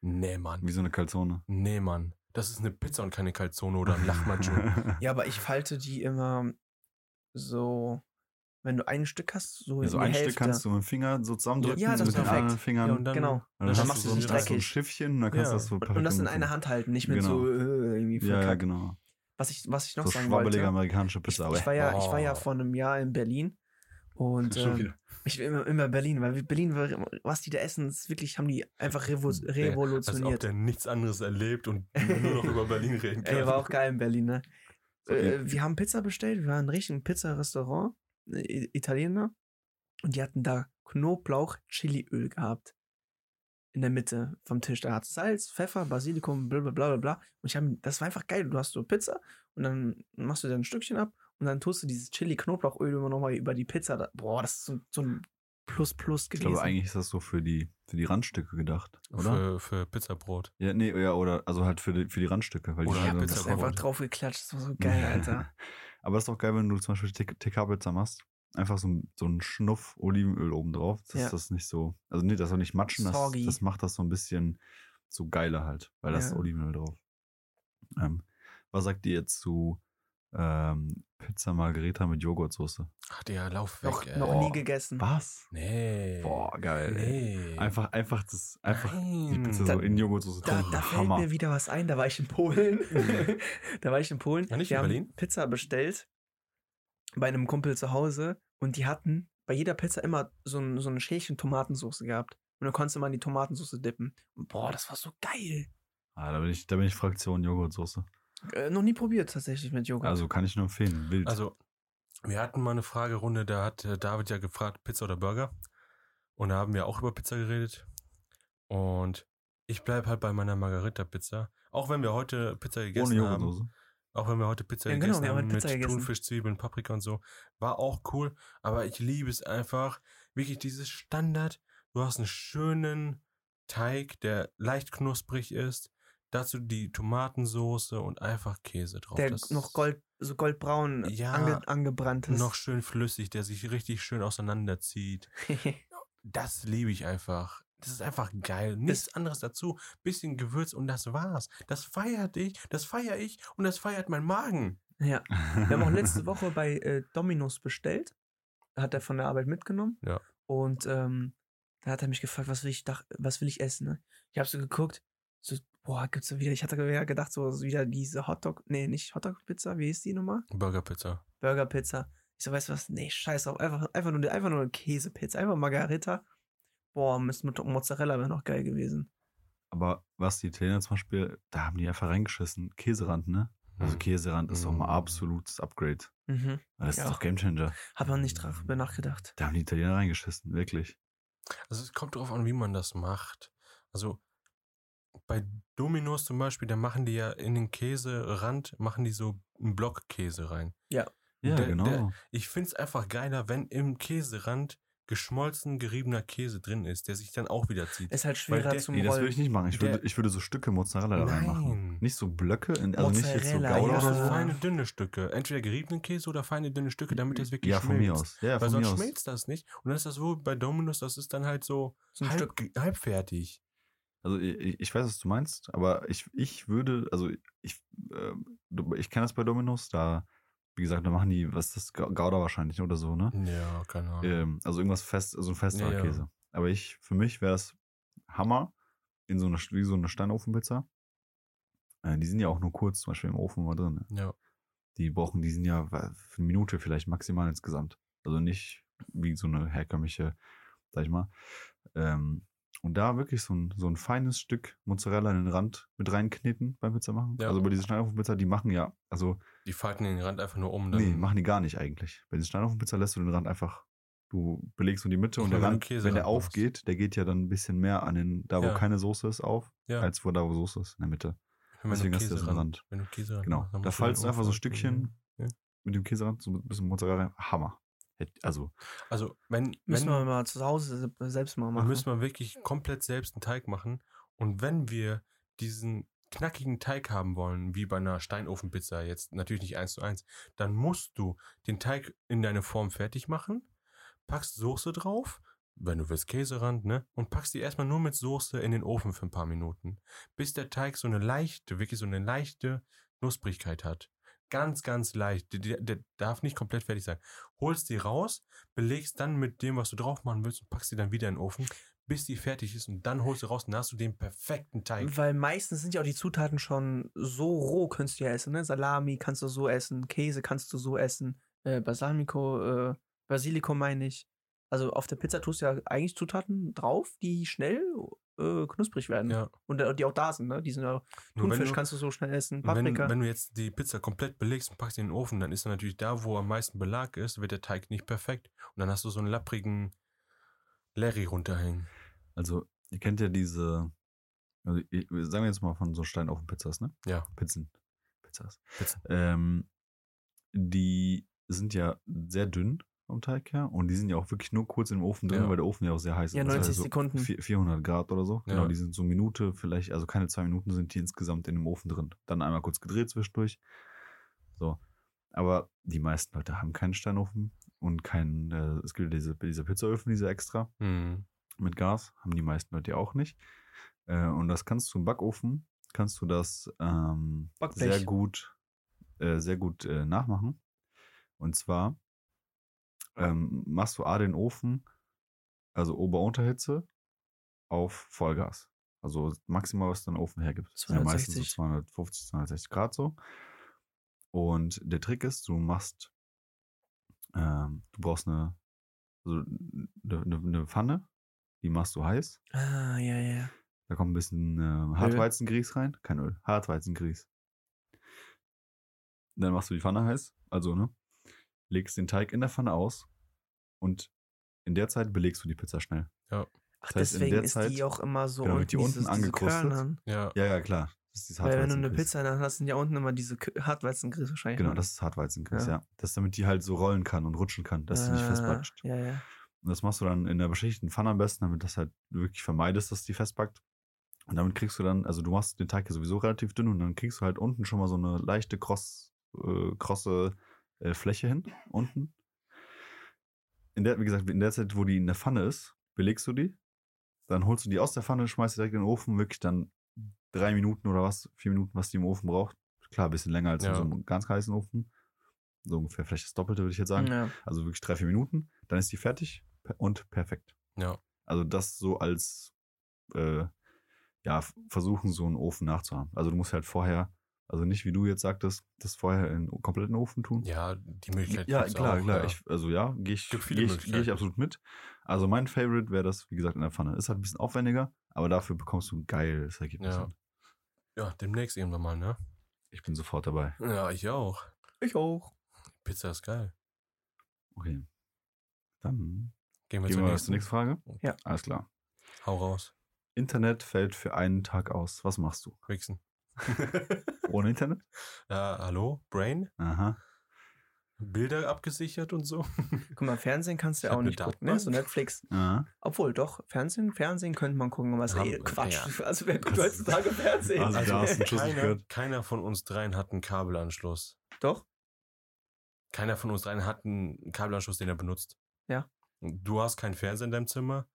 Speaker 2: Nee, Mann.
Speaker 1: Wie so eine Calzone.
Speaker 2: Nee, Mann. Das ist eine Pizza und keine Calzone oder ein Lachmatschu. [LAUGHS]
Speaker 1: [LAUGHS]
Speaker 3: Ja, aber ich falte die immer so, wenn du ein Stück hast, so
Speaker 1: Ja, so
Speaker 3: in die
Speaker 1: ein
Speaker 3: Hälfte.
Speaker 1: Stück kannst du mit dem Finger so zusammendrücken,
Speaker 3: Ja, das
Speaker 1: mit
Speaker 3: ist
Speaker 1: den
Speaker 3: perfekt.
Speaker 1: anderen Fingern.
Speaker 2: Ja, und dann,
Speaker 3: genau.
Speaker 1: Und
Speaker 3: dann
Speaker 1: dann
Speaker 3: machst
Speaker 1: hast du so
Speaker 3: du
Speaker 1: ein,
Speaker 3: es
Speaker 1: hast du ein
Speaker 3: dreckig.
Speaker 1: Schiffchen und dann kannst
Speaker 2: Ja.
Speaker 1: du das so
Speaker 3: und, und das in
Speaker 1: perfekt
Speaker 3: einer Hand halten, nicht mit so äh, irgendwie
Speaker 1: Ja, ja,
Speaker 3: verkackt.
Speaker 1: genau.
Speaker 3: Was ich, was ich noch
Speaker 1: So
Speaker 3: sagen
Speaker 1: schwabbelige
Speaker 3: wollte.
Speaker 1: amerikanische
Speaker 3: Ich,
Speaker 1: Pizza. aber-
Speaker 3: ich, war ja, ich war ja
Speaker 2: Oh.
Speaker 3: vor einem Jahr in Berlin und
Speaker 2: Ähm,
Speaker 1: Schon
Speaker 3: äh,
Speaker 1: wieder.
Speaker 3: ich bin immer, immer Berlin, weil Berlin, was die da essen, ist wirklich, haben die einfach revo
Speaker 1: Hm,
Speaker 2: Als ob
Speaker 1: also
Speaker 3: revolutioniert.
Speaker 2: der nichts anderes erlebt und nur noch über Berlin reden kann.
Speaker 3: Ey, war auch geil in Berlin, ne?
Speaker 1: Okay.
Speaker 3: Äh, wir haben Pizza bestellt, wir waren richtig im Pizza-Restaurant, äh, I- Italiener, und die hatten da Knoblauch-Chiliöl gehabt. In der Mitte vom Tisch. Da hat Salz, Pfeffer, Basilikum, bla bla bla bla bla. Und ich habe, das war einfach geil. Du hast so Pizza und dann machst du dir ein Stückchen ab und dann tust du dieses Chili-Knoblauchöl immer nochmal über die Pizza. Da, boah, das ist so, so ein Plus-Plus
Speaker 1: Ich
Speaker 3: gewesen.
Speaker 1: glaube, eigentlich ist das so für die, für die Randstücke gedacht, oder?
Speaker 2: Für, für Pizzabrot.
Speaker 1: Ja, nee, ja, oder also halt für die, für die Randstücke. Weil
Speaker 2: Oder
Speaker 1: die
Speaker 3: ich
Speaker 2: Ja,
Speaker 3: habe
Speaker 1: also-
Speaker 2: Pizza
Speaker 3: das einfach
Speaker 2: Brot.
Speaker 3: draufgeklatscht. Das war so geil, Alter.
Speaker 1: [LAUGHS] Aber ist doch geil, wenn du zum Beispiel Tick- TK-Pizza machst. Einfach so, ein- so einen Schnuff Olivenöl oben drauf. Das
Speaker 3: Ja.
Speaker 1: ist das nicht so. Also, nee, das soll nicht matschen. Das,
Speaker 3: Soggy.
Speaker 1: das macht das so ein bisschen so geiler halt, weil das
Speaker 3: Ja.
Speaker 1: ist Olivenöl drauf. Ähm, was sagt ihr jetzt zu ähm, Pizza Margherita mit
Speaker 3: Hm.
Speaker 1: Joghurtsoße?
Speaker 2: Ach, der Lauf weg,
Speaker 3: noch
Speaker 2: ey.
Speaker 3: noch nie gegessen.
Speaker 1: Was?
Speaker 2: Nee.
Speaker 1: Boah, geil. ey.
Speaker 2: Nee.
Speaker 1: Einfach, einfach das, einfach die
Speaker 2: Nein.
Speaker 1: Pizza
Speaker 3: Da-
Speaker 1: so in Joghurtsoße
Speaker 3: Da,
Speaker 1: drauf.
Speaker 3: da fällt mir wieder was ein, da war ich in Polen. [LAUGHS] da war ich in Polen.
Speaker 2: Mhm. Ja, nicht
Speaker 3: Wir
Speaker 2: in
Speaker 3: haben
Speaker 2: Berlin?
Speaker 3: Pizza bestellt bei einem Kumpel zu Hause und die hatten bei jeder Pizza immer so ein, so ein Schälchen Tomatensauce gehabt. Und dann konntest du mal in die Tomatensauce dippen. Und boah, das war so geil.
Speaker 1: Ah, da bin ich, da bin ich Fraktion Joghurtsoße.
Speaker 3: Äh, noch nie probiert tatsächlich mit Joghurt.
Speaker 1: Also kann ich nur empfehlen. Wild.
Speaker 2: Also, wir hatten mal eine Fragerunde, da hat äh, David ja gefragt, Pizza oder Burger. Und da haben wir auch über Pizza geredet. Und ich bleibe halt bei meiner Margarita-Pizza. Auch wenn wir heute Pizza
Speaker 1: Ohne
Speaker 2: gegessen haben.
Speaker 1: Joghurtsoße.
Speaker 2: Auch wenn wir heute Pizza
Speaker 3: Ja, genau,
Speaker 2: gegessen
Speaker 3: wir haben
Speaker 2: haben
Speaker 3: heute Pizza
Speaker 2: mit
Speaker 3: gegessen.
Speaker 2: Thunfisch, Zwiebeln, Paprika und so. War auch cool. Aber ich liebe es einfach. Wirklich dieses Standard. Du hast einen schönen Teig, der leicht knusprig ist. Dazu die Tomatensoße und einfach Käse drauf.
Speaker 3: der
Speaker 2: Das-
Speaker 3: noch gold, so goldbraun
Speaker 2: Ja,
Speaker 3: ange, angebrannt ist. [LAUGHS]
Speaker 2: noch schön flüssig, der sich richtig schön auseinanderzieht. Das liebe ich einfach. Das ist einfach geil. Nichts anderes dazu. Bisschen Gewürz und das war's. Das feiert ich, das feiere ich und das feiert mein Magen.
Speaker 3: ja. Wir
Speaker 2: [LAUGHS]
Speaker 3: haben auch letzte Woche bei äh, Dominos bestellt. Hat er von der Arbeit mitgenommen.
Speaker 2: Ja.
Speaker 3: Und ähm, da hat er mich gefragt, was will ich, dach, was will ich essen. Ne? Ich habe so geguckt, so, boah, gibt's da wieder, ich hatte wieder gedacht, so so wieder diese Hotdog, nee, nicht Hotdog-Pizza, wie hieß die nochmal?
Speaker 2: Burgerpizza.
Speaker 3: Burger-Pizza. Ich so, weißt du was? Nee, scheiß auf, einfach, einfach, nur, einfach nur eine Käsepizza, einfach Margarita. Boah, mit mit Mozzarella wäre noch geil gewesen.
Speaker 1: [LAUGHS] Aber was die Italiener zum Beispiel, da haben die einfach reingeschissen. Käserand, ne? Also Käserand ist doch mal
Speaker 2: Mhm.
Speaker 1: absolutes Upgrade.
Speaker 3: Mhm.
Speaker 1: Das
Speaker 3: Ja.
Speaker 1: ist doch Gamechanger.
Speaker 3: Hab man nicht drüber nachgedacht.
Speaker 1: Da haben die Italiener reingeschissen, wirklich.
Speaker 2: Also es kommt drauf an, wie man das macht. Also bei Dominos zum Beispiel, da machen die ja in den Käserand, machen die so einen Block Käse rein.
Speaker 1: Ja,
Speaker 2: Der-
Speaker 1: genau.
Speaker 2: der- Ich finde es einfach geiler, wenn im Käserand geschmolzen, geriebener Käse drin ist, der sich dann auch wieder zieht.
Speaker 3: Ist halt schwerer
Speaker 2: der-
Speaker 3: zum
Speaker 1: nee, das würde ich
Speaker 3: Rollen.
Speaker 1: nicht machen. Ich würde,
Speaker 2: Der-
Speaker 1: ich würde so Stücke Mozzarella da reinmachen.
Speaker 2: Nein.
Speaker 1: Nicht so Blöcke, in, also nicht jetzt so
Speaker 3: Mozzarella,
Speaker 1: Gouda
Speaker 2: Oder
Speaker 3: Ja.
Speaker 1: oder
Speaker 2: so
Speaker 1: so.
Speaker 2: feine dünne Stücke. Entweder geriebenen Käse oder feine dünne Stücke, damit das wirklich
Speaker 1: Ja,
Speaker 2: schmilzt.
Speaker 1: von mir aus. Ja, ja,
Speaker 2: Weil
Speaker 1: von mir
Speaker 2: sonst
Speaker 1: aus.
Speaker 2: schmilzt das nicht. Und dann ist das wohl bei Dominus, das ist dann halt so
Speaker 3: So ein
Speaker 2: halb,
Speaker 3: Stück.
Speaker 2: halbfertig.
Speaker 1: Also ich, ich weiß, was du meinst, aber ich, ich würde, also ich, ähm, du- ich kenne das bei Dominos, da, wie gesagt, da machen die, was ist das, Gou- Gouda wahrscheinlich oder so, ne?
Speaker 2: Ja, keine Ahnung.
Speaker 1: Ähm, also irgendwas fest, so ein fester
Speaker 2: Ja, ja.
Speaker 1: Käse. Aber ich, für mich wäre das Hammer in so eine, wie so eine Steinofenpizza. Äh, die sind ja auch nur kurz, zum Beispiel im Ofen mal drin. Ne?
Speaker 2: Ja.
Speaker 1: Die brauchen, die sind ja wa- für eine Minute vielleicht maximal insgesamt. Also nicht wie so eine herkömmliche, sag ich mal. Ähm, und da wirklich so ein, so ein feines Stück Mozzarella in den Rand mit reinkneten beim Pizza machen.
Speaker 2: Ja.
Speaker 1: Also bei diesen Steinofenpizza, die machen ja, also
Speaker 2: Die falten den Rand einfach nur um. Dann
Speaker 1: Nee, machen die gar nicht eigentlich. Bei den Steinofenpizza lässt du den Rand einfach, du belegst nur die Mitte
Speaker 2: Ich
Speaker 1: und der
Speaker 2: meine, wenn
Speaker 1: Rand,
Speaker 2: du Käse
Speaker 1: wenn der
Speaker 2: reinmachst.
Speaker 1: aufgeht, der geht ja dann ein bisschen mehr an den, da wo
Speaker 2: Ja.
Speaker 1: keine Soße ist, auf,
Speaker 2: Ja.
Speaker 1: als wo da wo Soße ist, in der Mitte.
Speaker 2: wenn du
Speaker 1: halt deswegen hast du
Speaker 2: Käse
Speaker 1: so einen Rand.
Speaker 2: Wenn du Käse ran
Speaker 1: Genau.
Speaker 2: machst, dann
Speaker 1: Da
Speaker 2: musst den
Speaker 1: falzt du einfach so
Speaker 2: umfalten.
Speaker 1: Stückchen
Speaker 2: Ja.
Speaker 1: mit dem Käserand, so ein bisschen Mozzarella rein. Hammer. Hätt- Also,
Speaker 2: Also, wenn, wenn
Speaker 3: Müssen wir mal zu Hause selbst mal
Speaker 2: Dann
Speaker 3: machen.
Speaker 2: müssen wir wirklich komplett selbst einen Teig machen. Und wenn wir diesen knackigen Teig haben wollen, wie bei einer Steinofenpizza, jetzt natürlich nicht eins zu eins, dann musst du den Teig in deine Form fertig machen, packst Soße drauf, wenn du willst Käserand, ne? Und packst die erstmal nur mit Soße in den Ofen für ein paar Minuten, bis der Teig so eine leichte, wirklich so eine leichte Knusprigkeit hat. Ganz, ganz leicht. Der, der, der darf nicht komplett fertig sein. Holst die raus, belegst dann mit dem, was du drauf machen willst und packst die dann wieder in den Ofen, bis die fertig ist und dann holst du raus und dann hast du den perfekten Teig.
Speaker 3: Weil meistens sind ja auch die Zutaten schon so roh, kannst du ja essen. Ne? Salami kannst du so essen, Käse kannst du so essen, äh, Balsamico, äh, Basilikum meine ich. Also auf der Pizza tust du ja eigentlich Zutaten drauf, die schnell äh, knusprig werden.
Speaker 2: Ja.
Speaker 3: Und äh, die auch da sind, ne? Die sind ja,
Speaker 2: Nur wenn
Speaker 3: Thunfisch
Speaker 2: du-
Speaker 3: kannst du so schnell essen,
Speaker 2: Und Wenn,
Speaker 3: Paprika.
Speaker 2: wenn du jetzt die Pizza komplett belegst und packst sie in den Ofen, dann ist er natürlich da, wo am meisten Belag ist, wird der Teig nicht perfekt. Und dann hast du so einen lapprigen Larry runterhängen.
Speaker 1: Also, ihr kennt ja diese, also, ich- sagen wir jetzt mal von so Steinofen-Pizzas, ne?
Speaker 2: Ja.
Speaker 1: Pizzen. Pizzas.
Speaker 2: Pizzen.
Speaker 1: Ähm, die sind ja sehr dünn vom Teig her und die sind ja auch wirklich nur kurz im Ofen drin,
Speaker 2: Ja.
Speaker 1: weil der Ofen ja auch sehr heiß
Speaker 3: ja,
Speaker 1: ist. Das heißt
Speaker 3: 90
Speaker 1: so
Speaker 3: Sekunden.
Speaker 1: vier- 400 Grad oder so.
Speaker 2: Ja.
Speaker 1: Genau, die sind so Minute vielleicht, also keine zwei Minuten sind die insgesamt in dem Ofen drin. Dann einmal kurz gedreht zwischendurch. So. Aber die meisten Leute haben keinen Steinofen und keinen, äh, es gibt ja diese, diese Pizzaöfen, diese extra
Speaker 2: Hm.
Speaker 1: mit Gas, haben die meisten Leute ja auch nicht. Äh, und das kannst du im Backofen, kannst du das ähm,
Speaker 3: Backblech.
Speaker 1: sehr gut, äh, sehr gut äh, nachmachen. Und zwar ähm, machst du A den Ofen, also Ober-Unterhitze, auf Vollgas. Also maximal, was dein Ofen hergibt. Das sind ja meistens so
Speaker 3: 260.
Speaker 1: 250, 260 Grad so. Und der Trick ist, du machst, ähm, du brauchst eine, also eine, eine- eine Pfanne, die machst du heiß.
Speaker 3: Ah, ja, ja.
Speaker 1: Da kommt ein bisschen ähm, Hartweizengrieß rein. Kein Öl. Hartweizengrieß. Dann machst du die Pfanne heiß. Also, ne? Legst den Teig in der Pfanne aus. Und in der Zeit belegst du die Pizza schnell.
Speaker 3: Ach,
Speaker 1: Das heißt, in
Speaker 3: deswegen
Speaker 1: der
Speaker 3: ist
Speaker 1: Zeit-
Speaker 3: die auch immer so
Speaker 1: Genau, wird die unten angekrustet.
Speaker 3: Körnern.
Speaker 2: Ja.
Speaker 1: Ja, ja, klar. Das ist dieses
Speaker 3: ne? Weil wenn du eine
Speaker 1: Hartweizengrieß.
Speaker 3: Pizza in der Hand hast, sind ja unten immer diese K- Hartweizengrieß wahrscheinlich.
Speaker 1: Genau,
Speaker 3: ne?
Speaker 1: das ist Hartweizengrieß,
Speaker 3: Ja.
Speaker 1: ja. Das ist, damit die halt so rollen kann und rutschen kann, dass sie nicht
Speaker 3: Ah,
Speaker 1: festbackt.
Speaker 3: Ja, ja.
Speaker 1: Und das machst du dann in der beschichteten Pfanne am besten, damit das halt wirklich vermeidest, dass die festbackt. Und damit kriegst du dann, also du machst den Teig ja sowieso relativ dünn und dann kriegst du halt unten schon mal so eine leichte, kross, äh, krosse äh, Fläche hin, unten. In der, wie gesagt, in der Zeit, wo die in der Pfanne ist, belegst du die, dann holst du die aus der Pfanne, schmeißt die direkt in den Ofen, wirklich dann drei Minuten oder was, vier Minuten, was die im Ofen braucht. Klar, ein bisschen länger als in
Speaker 2: Ja.
Speaker 1: so einem ganz heißen Ofen. So ungefähr, vielleicht das Doppelte, würde ich jetzt sagen.
Speaker 3: ja.
Speaker 1: Also wirklich drei, vier Minuten, dann ist die fertig per- und perfekt.
Speaker 2: Ja.
Speaker 1: Also das so als äh, ja, f- versuchen, so einen Ofen nachzuhaben. Also du musst halt vorher, also nicht wie du jetzt sagtest, das vorher in einen kompletten Ofen tun.
Speaker 2: Ja, die Möglichkeit
Speaker 1: Ja,
Speaker 2: gibt's
Speaker 1: klar,
Speaker 2: auch,
Speaker 1: klar.
Speaker 2: ja.
Speaker 1: Ich, also ja, gehe ich,
Speaker 2: Gibt viele
Speaker 1: geh ich,
Speaker 2: Möglichkeiten.
Speaker 1: geh ich absolut mit. Also mein Favorite wäre das, wie gesagt, in der Pfanne. Ist halt ein bisschen aufwendiger, aber dafür bekommst du ein geiles Ergebnis. halt.
Speaker 2: Ja. ja, demnächst irgendwann mal, ne?
Speaker 1: Ich bin sofort dabei.
Speaker 2: Ja, ich auch.
Speaker 3: Ich auch.
Speaker 2: Pizza ist geil.
Speaker 1: Okay. Dann
Speaker 2: Gehen wir,
Speaker 1: gehen
Speaker 2: zur,
Speaker 1: wir
Speaker 2: nächsten.
Speaker 1: zur nächsten Frage.
Speaker 3: Ja.
Speaker 1: Alles klar.
Speaker 2: Hau raus.
Speaker 1: Internet fällt für einen Tag aus. Was machst du? [LAUGHS]
Speaker 2: Wichsen.
Speaker 1: Ohne Internet?
Speaker 2: ja, hallo? Brain?
Speaker 1: Aha.
Speaker 2: Bilder abgesichert und so?
Speaker 3: Guck mal, Fernsehen kannst du
Speaker 2: Ich
Speaker 3: ja
Speaker 2: hab
Speaker 3: auch
Speaker 2: ne
Speaker 3: nicht gucken, ne?
Speaker 2: Datenbank.
Speaker 3: So Netflix.
Speaker 1: Aha.
Speaker 3: Obwohl, doch, Fernsehen, Fernsehen könnte man gucken, aber ist
Speaker 2: Haben-
Speaker 3: eh Quatsch. Also wer guckt
Speaker 2: Das-
Speaker 3: heutzutage Fernsehen?
Speaker 1: Also da hast du einen Schuss nicht
Speaker 2: keiner,
Speaker 1: gehört.
Speaker 2: keiner von uns dreien hat einen Kabelanschluss.
Speaker 3: [LAUGHS] doch,
Speaker 2: Keiner von uns dreien hat einen Kabelanschluss, den er benutzt.
Speaker 3: Ja.
Speaker 2: Du hast keinen Fernseher in deinem Zimmer.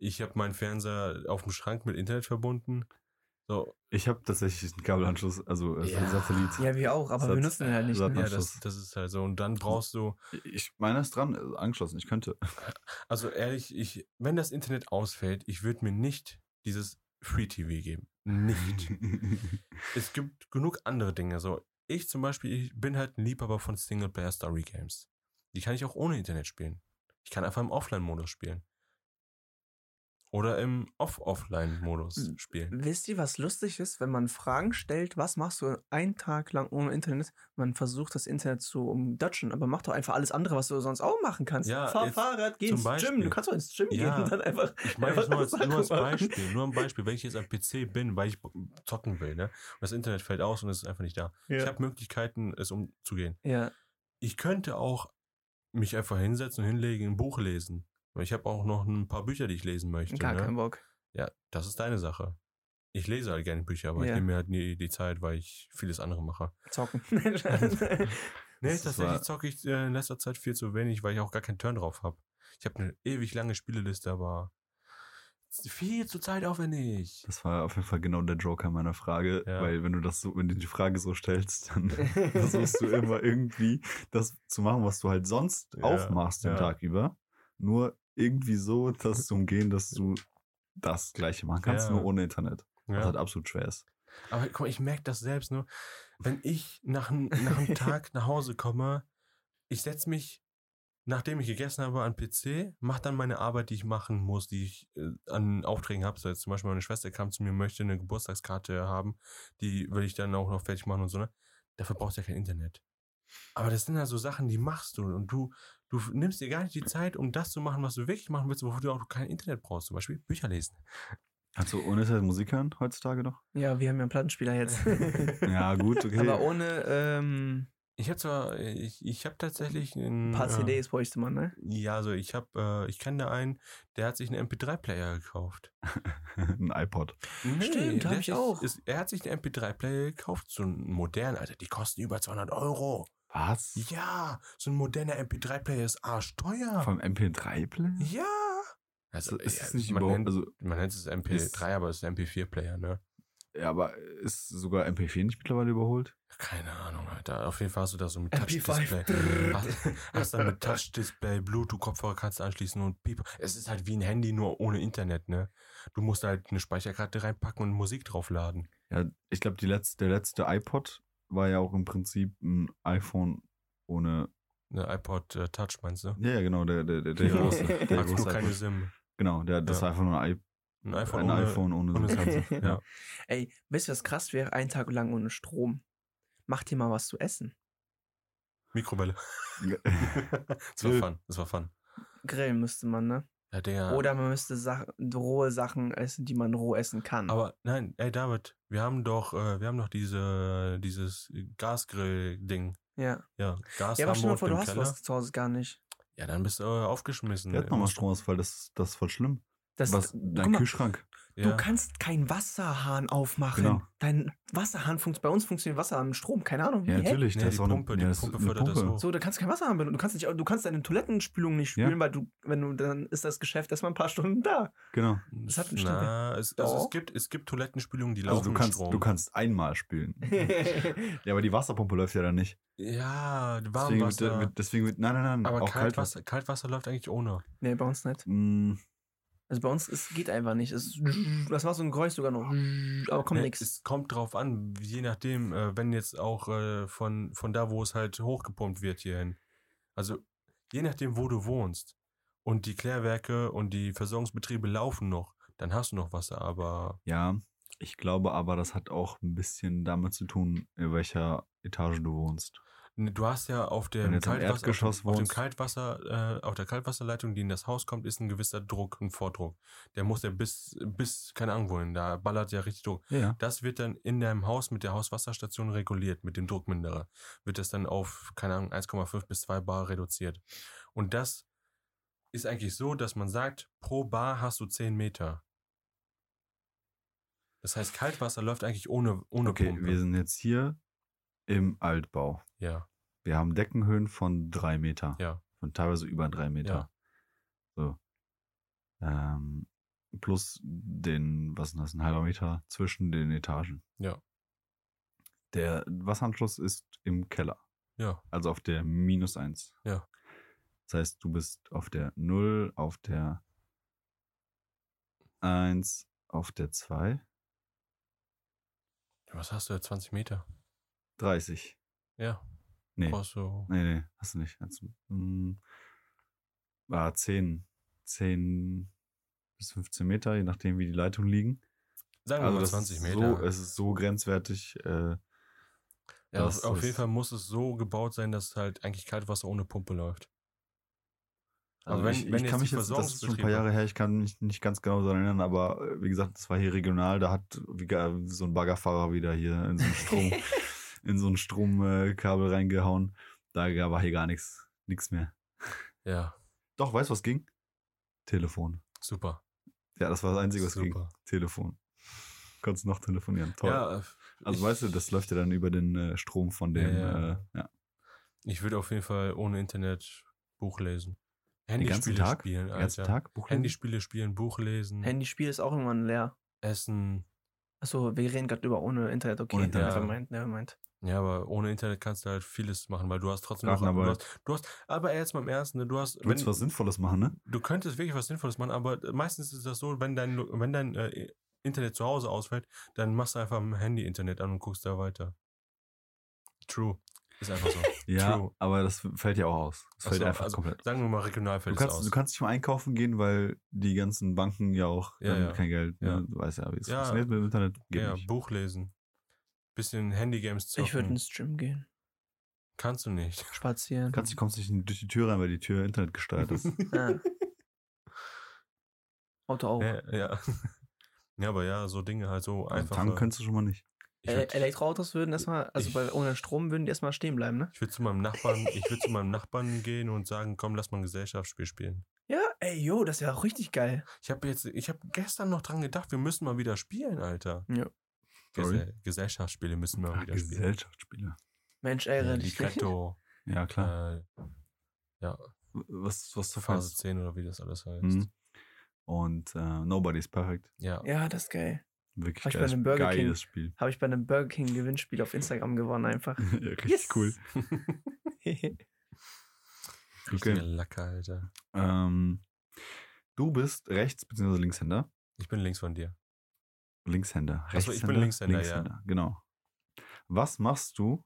Speaker 2: Ich habe meinen Fernseher auf dem Schrank mit Internet verbunden. So,
Speaker 1: Ich habe tatsächlich einen Kabelanschluss, also äh,
Speaker 2: Ja.
Speaker 1: Satellit.
Speaker 3: ja, wir auch, aber wir
Speaker 1: Satz-
Speaker 3: nutzen den halt nicht. Ne?
Speaker 1: Satz-
Speaker 2: ja, das,
Speaker 1: Anschluss.
Speaker 2: das ist halt so. Und dann brauchst du,
Speaker 1: Ich meine ist dran, äh, angeschlossen. Ich
Speaker 2: [LAUGHS]
Speaker 1: könnte.
Speaker 2: also ehrlich, ich, wenn das Internet ausfällt, ich würde mir nicht dieses Free TV geben. Nicht. es gibt genug andere Dinge. So, ich zum Beispiel, ich bin halt ein Liebhaber von Singleplayer-Story-Games. Die kann ich auch ohne Internet spielen. Ich kann einfach im Offline-Modus spielen. Oder im Off-Offline-Modus
Speaker 3: Mhm.
Speaker 2: spielen.
Speaker 3: Wisst ihr, was lustig ist, wenn man Fragen stellt, was machst du einen Tag lang ohne Internet? Man versucht das Internet zu umdutschen, aber mach doch einfach alles andere, was du sonst auch machen kannst.
Speaker 2: Ja,
Speaker 3: Fahr
Speaker 2: jetzt
Speaker 3: Fahrrad, geh
Speaker 2: zum
Speaker 3: ins Gym.
Speaker 2: Beispiel.
Speaker 3: Du kannst auch ins Gym
Speaker 2: Ja.
Speaker 3: gehen und dann einfach.
Speaker 2: Ich meine das nur als,
Speaker 3: Sachen
Speaker 2: nur als
Speaker 3: machen.
Speaker 2: Beispiel. Nur ein Beispiel, wenn ich jetzt am PC bin, weil ich zocken will, ne? Und das Internet fällt aus und es ist einfach nicht da. Ich habe Möglichkeiten, es umzugehen.
Speaker 3: ja.
Speaker 2: Ich könnte auch mich einfach hinsetzen und hinlegen, ein Buch lesen. Weil ich habe auch noch ein paar Bücher, die ich lesen möchte.
Speaker 3: Gar
Speaker 2: ne?
Speaker 3: keinen Bock.
Speaker 2: Ja, das ist deine Sache. ich lese halt gerne Bücher, aber ich
Speaker 3: Ja.
Speaker 2: nehme mir halt nie die Zeit, weil ich vieles andere mache. [LAUGHS]
Speaker 3: Zocken. [LAUGHS]
Speaker 2: Nee,
Speaker 1: Das
Speaker 2: tatsächlich
Speaker 1: war-
Speaker 2: zocke ich äh, in letzter Zeit viel zu wenig, weil ich auch gar keinen Turn drauf habe. Ich habe eine ewig lange Spieleliste, aber viel zu zeitaufwendig.
Speaker 1: Das war auf jeden Fall genau der Joker meiner Frage,
Speaker 2: Ja.
Speaker 1: weil wenn du das so, wenn du die Frage so stellst, dann
Speaker 2: [LAUGHS]
Speaker 1: versuchst du immer irgendwie das zu machen, was du halt sonst
Speaker 2: Ja,
Speaker 1: auch machst den
Speaker 2: ja.
Speaker 1: Tag über. Nur irgendwie so, das zu umgehen, dass du das Gleiche machen kannst,
Speaker 2: Ja.
Speaker 1: nur ohne Internet. Was
Speaker 2: Ja.
Speaker 1: halt absolut schwer ist.
Speaker 2: Aber guck mal, ich merke das selbst nur. Wenn ich nach, n- nach
Speaker 3: [LAUGHS]
Speaker 2: einem Tag nach Hause komme, ich setze mich, nachdem ich gegessen habe, an den PC, mache dann meine Arbeit, die ich machen muss, die ich äh, an Aufträgen habe. So jetzt zum Beispiel meine Schwester kam zu mir, möchte eine Geburtstagskarte haben, die will ich dann auch noch fertig machen und so. Ne? Dafür brauchst du ja kein Internet. Aber das sind ja so Sachen, die machst du und du, du nimmst dir gar nicht die Zeit, um das zu machen, was du wirklich machen willst, wofür du auch kein Internet brauchst. Zum Beispiel Bücher lesen.
Speaker 1: Kannst du ohne Internet Musik hören heutzutage
Speaker 2: [LAUGHS]
Speaker 1: noch?
Speaker 3: ja, wir haben ja einen Plattenspieler jetzt.
Speaker 1: Ja, gut, okay.
Speaker 3: Aber ohne ähm,
Speaker 2: Ich habe zwar, äh, ich, ich habe tatsächlich
Speaker 3: ein
Speaker 2: ein
Speaker 3: paar
Speaker 2: äh,
Speaker 3: CDs bräuchte man, ne?
Speaker 2: Ja, also ich habe, äh, ich kenne da einen, der hat sich einen MP3-Player gekauft.
Speaker 1: [LAUGHS] Ein iPod.
Speaker 2: Nee,
Speaker 3: Stimmt, hab
Speaker 2: der
Speaker 3: ich
Speaker 2: ist-
Speaker 3: auch.
Speaker 2: Ist, er hat sich einen MP3-Player gekauft, so einen modernen, Alter, die kosten über 200 Euro.
Speaker 1: Was?
Speaker 2: Ja, so ein moderner MP3-Player ist arschteuer.
Speaker 1: Vom MP3-Player?
Speaker 2: ja. Also,
Speaker 1: ist
Speaker 2: ja,
Speaker 1: das nicht
Speaker 2: man,
Speaker 1: überhaupt.
Speaker 2: nennt,
Speaker 1: also,
Speaker 2: man nennt es MP3,
Speaker 1: ist-
Speaker 2: aber es ist ein MP4-Player, ne?
Speaker 1: ja, aber ist sogar MP4 nicht mittlerweile überholt?
Speaker 2: Keine Ahnung, Alter. Auf jeden Fall hast du da so ein
Speaker 3: MP5.
Speaker 2: Touch-Display. Hast, hast dann mit Touch-Display, Bluetooth-Kopfhörer kannst du anschließen und Pieper. Es ist halt wie ein Handy, nur ohne Internet, ne? Du musst halt eine Speicherkarte reinpacken und Musik draufladen.
Speaker 1: Ja, ich glaube, die letzte, der letzte iPod war ja auch im Prinzip ein iPhone ohne.
Speaker 2: Eine iPod äh, Touch, meinst du?
Speaker 1: Ja, ja, genau, der, der, der, der
Speaker 2: Ja.
Speaker 1: große.
Speaker 2: [LAUGHS]
Speaker 1: Der
Speaker 2: Hat nur
Speaker 1: große
Speaker 2: keine
Speaker 1: iPod.
Speaker 2: SIM.
Speaker 1: Genau, der, das
Speaker 2: Ja.
Speaker 1: war einfach nur ein,
Speaker 2: Ein
Speaker 1: iPhone,
Speaker 2: iPhone
Speaker 1: ein
Speaker 2: ohne,
Speaker 1: iPhone ohne,
Speaker 2: ohne
Speaker 1: Sensor.
Speaker 2: Sensor. ja.
Speaker 3: [LAUGHS] Ey, wisst ihr, was krass wäre? Einen Tag lang ohne Strom. Mach dir mal was zu essen.
Speaker 2: Mikrowelle.
Speaker 1: [LAUGHS]
Speaker 2: Das war
Speaker 1: Grill.
Speaker 2: fun. Das war fun.
Speaker 3: Grillen müsste man, ne?
Speaker 2: Ja, Digga.
Speaker 3: Oder man müsste Sach rohe Sachen essen, die man roh essen kann.
Speaker 2: Aber nein, ey David, wir haben doch, äh, wir haben doch diese, dieses Gasgrill-Ding.
Speaker 3: ja.
Speaker 2: Ja, Gas
Speaker 3: ja,
Speaker 2: haben wir
Speaker 3: aber stell dir mal
Speaker 2: unten
Speaker 3: vor, du
Speaker 2: im
Speaker 3: hast
Speaker 2: Keller.
Speaker 3: was zu Hause gar nicht.
Speaker 2: Ja, dann bist du äh, aufgeschmissen.
Speaker 1: Der hat nochmal Stromausfall, das, das ist voll schlimm.
Speaker 3: Das,
Speaker 1: Was,
Speaker 3: guck
Speaker 1: dein
Speaker 3: mal,
Speaker 1: Kühlschrank.
Speaker 2: Ja.
Speaker 3: Du kannst keinen Wasserhahn aufmachen.
Speaker 1: Genau.
Speaker 3: Dein Wasserhahn funktioniert. Bei uns funktioniert Wasserhahn mit Strom, keine Ahnung.
Speaker 1: Ja,
Speaker 3: Wie, hä?
Speaker 1: natürlich.
Speaker 2: Nee,
Speaker 1: da
Speaker 2: die
Speaker 1: ist auch eine-
Speaker 2: Pumpe, die
Speaker 1: ja, das ist
Speaker 2: Pumpe
Speaker 1: eine
Speaker 2: fördert das
Speaker 1: Pumpe.
Speaker 2: hoch.
Speaker 3: So, du kannst kein Wasserhahn benutzen. Du kannst nicht, du kannst deine Toilettenspülung nicht
Speaker 1: Ja.
Speaker 3: spülen, weil du, wenn du, dann ist das Geschäft erstmal ein paar Stunden da.
Speaker 1: Genau.
Speaker 3: Das hat bestimmt-
Speaker 2: Na, es, also
Speaker 3: Doch.
Speaker 2: es gibt, es gibt Toilettenspülungen, die laufen
Speaker 1: Also du
Speaker 2: mit
Speaker 1: kannst,
Speaker 2: Strom.
Speaker 1: du kannst einmal
Speaker 2: [LAUGHS]
Speaker 1: spülen. ja, aber die Wasserpumpe läuft ja dann nicht.
Speaker 2: ja,
Speaker 1: Deswegen wird,
Speaker 2: Warmwasser.
Speaker 1: wird, deswegen wird, nein, nein, nein,
Speaker 2: aber
Speaker 1: auch
Speaker 2: Kaltwasser, Kaltwasser läuft eigentlich ohne.
Speaker 3: nee, bei uns nicht.
Speaker 1: Mm,
Speaker 3: Also bei uns es geht einfach nicht. Es, das macht so ein Geräusch sogar noch. Aber kommt
Speaker 2: Ne,
Speaker 3: nix.
Speaker 2: Es kommt drauf an, je nachdem, äh, wenn jetzt auch äh, von, von da, wo es halt hochgepumpt wird hierhin. Also je nachdem, wo du wohnst und die Klärwerke und die Versorgungsbetriebe laufen noch, dann hast du noch Wasser, aber
Speaker 1: ja, ich glaube aber, das hat auch ein bisschen damit zu tun, in welcher Etage du wohnst.
Speaker 2: Ne, Du hast ja auf
Speaker 1: Wenn
Speaker 2: dem
Speaker 1: jetzt am
Speaker 2: Kaltwasser,
Speaker 1: Erdgeschoss
Speaker 2: auf dem, auf dem
Speaker 1: wohnst.
Speaker 2: Kaltwasser, äh, auf der Kaltwasserleitung, die in das Haus kommt, ist ein gewisser Druck, ein Vordruck. Der muss ja bis, bis, keine Ahnung wohin, da ballert ja richtig Druck.
Speaker 1: Ja.
Speaker 2: Das wird dann in deinem Haus mit der Hauswasserstation reguliert, mit dem Druckminderer. Wird das dann auf, keine Ahnung, 1,5 bis 2 Bar reduziert. Und das ist eigentlich so, dass man sagt, pro Bar hast du 10 Meter. Das heißt, Kaltwasser läuft eigentlich ohne, ohne
Speaker 1: Okay,
Speaker 2: Pumpe.
Speaker 1: wir sind jetzt hier im Altbau.
Speaker 2: ja,
Speaker 1: Wir haben Deckenhöhen von drei Meter.
Speaker 2: ja.
Speaker 1: Von teilweise über drei Meter.
Speaker 2: Ja.
Speaker 1: So. Ähm, plus den, was ist das, ein halber Meter zwischen den Etagen.
Speaker 2: Ja.
Speaker 1: Der Wasseranschluss ist im Keller.
Speaker 2: Ja.
Speaker 1: Also auf der minus eins.
Speaker 2: Ja.
Speaker 1: Das heißt, du bist auf der null, auf der eins, auf der zwei,
Speaker 2: Was hast du, 20 Meter?
Speaker 1: 30.
Speaker 2: Ja,
Speaker 1: Nee.
Speaker 2: brauchst du.
Speaker 1: Nee, nee, hast du nicht. Hast, mm, ah, 10, 10 bis 15 Meter, je nachdem, wie die Leitungen liegen. Also
Speaker 2: Sagen wir mal
Speaker 1: das
Speaker 2: 20
Speaker 1: ist
Speaker 2: Meter.
Speaker 1: So, es ist so grenzwertig. Äh,
Speaker 2: ja, auf,
Speaker 1: das
Speaker 2: auf
Speaker 1: ist-
Speaker 2: jeden Fall muss es so gebaut sein, dass halt eigentlich Kaltwasser ohne Pumpe läuft.
Speaker 1: also ich, ich kann mich jetzt, das ist schon ein paar Jahre her, ich kann mich nicht ganz genau daran erinnern, aber äh, wie gesagt, das war hier regional, da hat wieder so ein Baggerfahrer wieder hier in so einen
Speaker 2: [LAUGHS]
Speaker 1: Strom, in so ein Stromkabel äh, Kabel reingehauen. Da war hier gar nichts, nichts mehr.
Speaker 2: Ja,
Speaker 1: Doch, weißt du, was ging? Telefon.
Speaker 2: super.
Speaker 1: Ja, das war das Einzige, was ging.
Speaker 2: super.
Speaker 1: Telefon. Konntest noch telefonieren. Toll.
Speaker 2: Ja,
Speaker 1: also
Speaker 2: ich-
Speaker 1: weißt du, das läuft ja dann über den äh, Strom von dem.
Speaker 2: Ja, ja.
Speaker 1: Äh, ja.
Speaker 2: Ich würde auf jeden Fall ohne Internet Buch lesen.
Speaker 1: Den ganzen Tag?
Speaker 2: spielen,
Speaker 1: Den ganzen
Speaker 2: Alter.
Speaker 1: Tag? Buch lesen?
Speaker 2: Handyspiele spielen, Buch lesen,
Speaker 3: Handyspiel ist auch irgendwann leer.
Speaker 2: essen.
Speaker 3: Achso, wir reden gerade über ohne Internet, okay.
Speaker 1: Ohne Internet.
Speaker 3: Nevermind, nevermind.
Speaker 2: Ja, aber ohne Internet kannst du halt vieles machen, weil du hast trotzdem
Speaker 1: Gartenarbeit.
Speaker 2: du hast, du hast, aber jetzt mal im Ernsten, ne, du hast,
Speaker 1: Du willst
Speaker 2: wenn,
Speaker 1: was Sinnvolles machen, ne?
Speaker 2: du könntest wirklich was Sinnvolles machen, aber meistens ist das so, wenn dein, Lo- wenn dein äh, Internet zu Hause ausfällt, dann machst du einfach im Handy Internet an und guckst da weiter. True. Ist einfach so.
Speaker 1: Ja,
Speaker 2: True.
Speaker 1: aber das fällt ja auch aus. Das
Speaker 2: Ach
Speaker 1: fällt
Speaker 2: so,
Speaker 1: einfach
Speaker 2: also
Speaker 1: komplett
Speaker 2: Sagen wir mal, regional
Speaker 1: Du
Speaker 2: fällt es
Speaker 1: kannst,
Speaker 2: aus.
Speaker 1: du kannst nicht mal einkaufen gehen, weil die ganzen Banken ja auch
Speaker 2: Ja,
Speaker 1: ähm,
Speaker 2: ja.
Speaker 1: kein Geld.
Speaker 2: Ja.
Speaker 1: Ne? Du weißt ja, wie es
Speaker 2: Ja.
Speaker 1: funktioniert mit dem Internet. Geht
Speaker 2: ja,
Speaker 1: nicht.
Speaker 2: Buch lesen. Bisschen Handygames zocken.
Speaker 3: Ich würde ins Gym gehen,
Speaker 2: Kannst du nicht.
Speaker 3: spazieren.
Speaker 1: Kannst, du kommst nicht in- durch die Tür rein, weil die Tür Internet gesteuert
Speaker 2: [LAUGHS]
Speaker 1: ist.
Speaker 3: ja. Ah. [LAUGHS] Auto auch.
Speaker 2: Ja, ja. ja, aber ja, so Dinge halt so
Speaker 1: Also
Speaker 2: einfach.
Speaker 1: tanken könntest du schon mal nicht.
Speaker 2: ich
Speaker 3: Äh,
Speaker 2: würde
Speaker 3: Elektroautos würden erstmal, also
Speaker 2: Ich-
Speaker 3: bei, ohne Strom würden die erstmal stehen bleiben, ne?
Speaker 2: würd zu meinem Nachbarn, ich würde zu meinem Nachbarn gehen und sagen, komm, lass mal ein Gesellschaftsspiel spielen.
Speaker 3: Ja, ey, yo, das wäre auch richtig geil.
Speaker 2: Ich habe jetzt, ich habe gestern noch dran gedacht, wir müssen mal wieder spielen, Alter.
Speaker 3: Ja.
Speaker 1: Sorry. Ah,
Speaker 2: Gese Gesellschaftsspiele müssen wir mal
Speaker 1: Ach,
Speaker 2: wieder spielen.
Speaker 1: Gesellschaftsspiele.
Speaker 3: Mensch, ey,
Speaker 2: Ja,
Speaker 3: richtig.
Speaker 2: Ligretto,
Speaker 1: [LAUGHS] Ja, klar.
Speaker 2: äh, ja,
Speaker 1: was, was zur
Speaker 2: Phase
Speaker 1: Phase.
Speaker 2: 10 oder wie das alles heißt.
Speaker 1: Mhm. Und äh, Nobody's Perfect.
Speaker 2: Ja.
Speaker 3: Ja, das ist geil.
Speaker 1: Wirklich
Speaker 3: Hab ich bei
Speaker 1: geiles,
Speaker 3: einem Burger King.
Speaker 1: geiles Spiel. [LAUGHS]
Speaker 3: Habe ich bei einem Burger King Gewinnspiel auf Instagram gewonnen einfach.
Speaker 1: ja, richtig
Speaker 3: Yes. [LAUGHS]
Speaker 1: cool.
Speaker 2: Richtiger Lacker, Alter.
Speaker 1: Ähm, du bist rechts- bzw. Linkshänder.
Speaker 2: Ich bin links von dir.
Speaker 1: Linkshänder.
Speaker 2: Ach so, ich bin Linkshänder, ja.
Speaker 1: Genau. Was machst du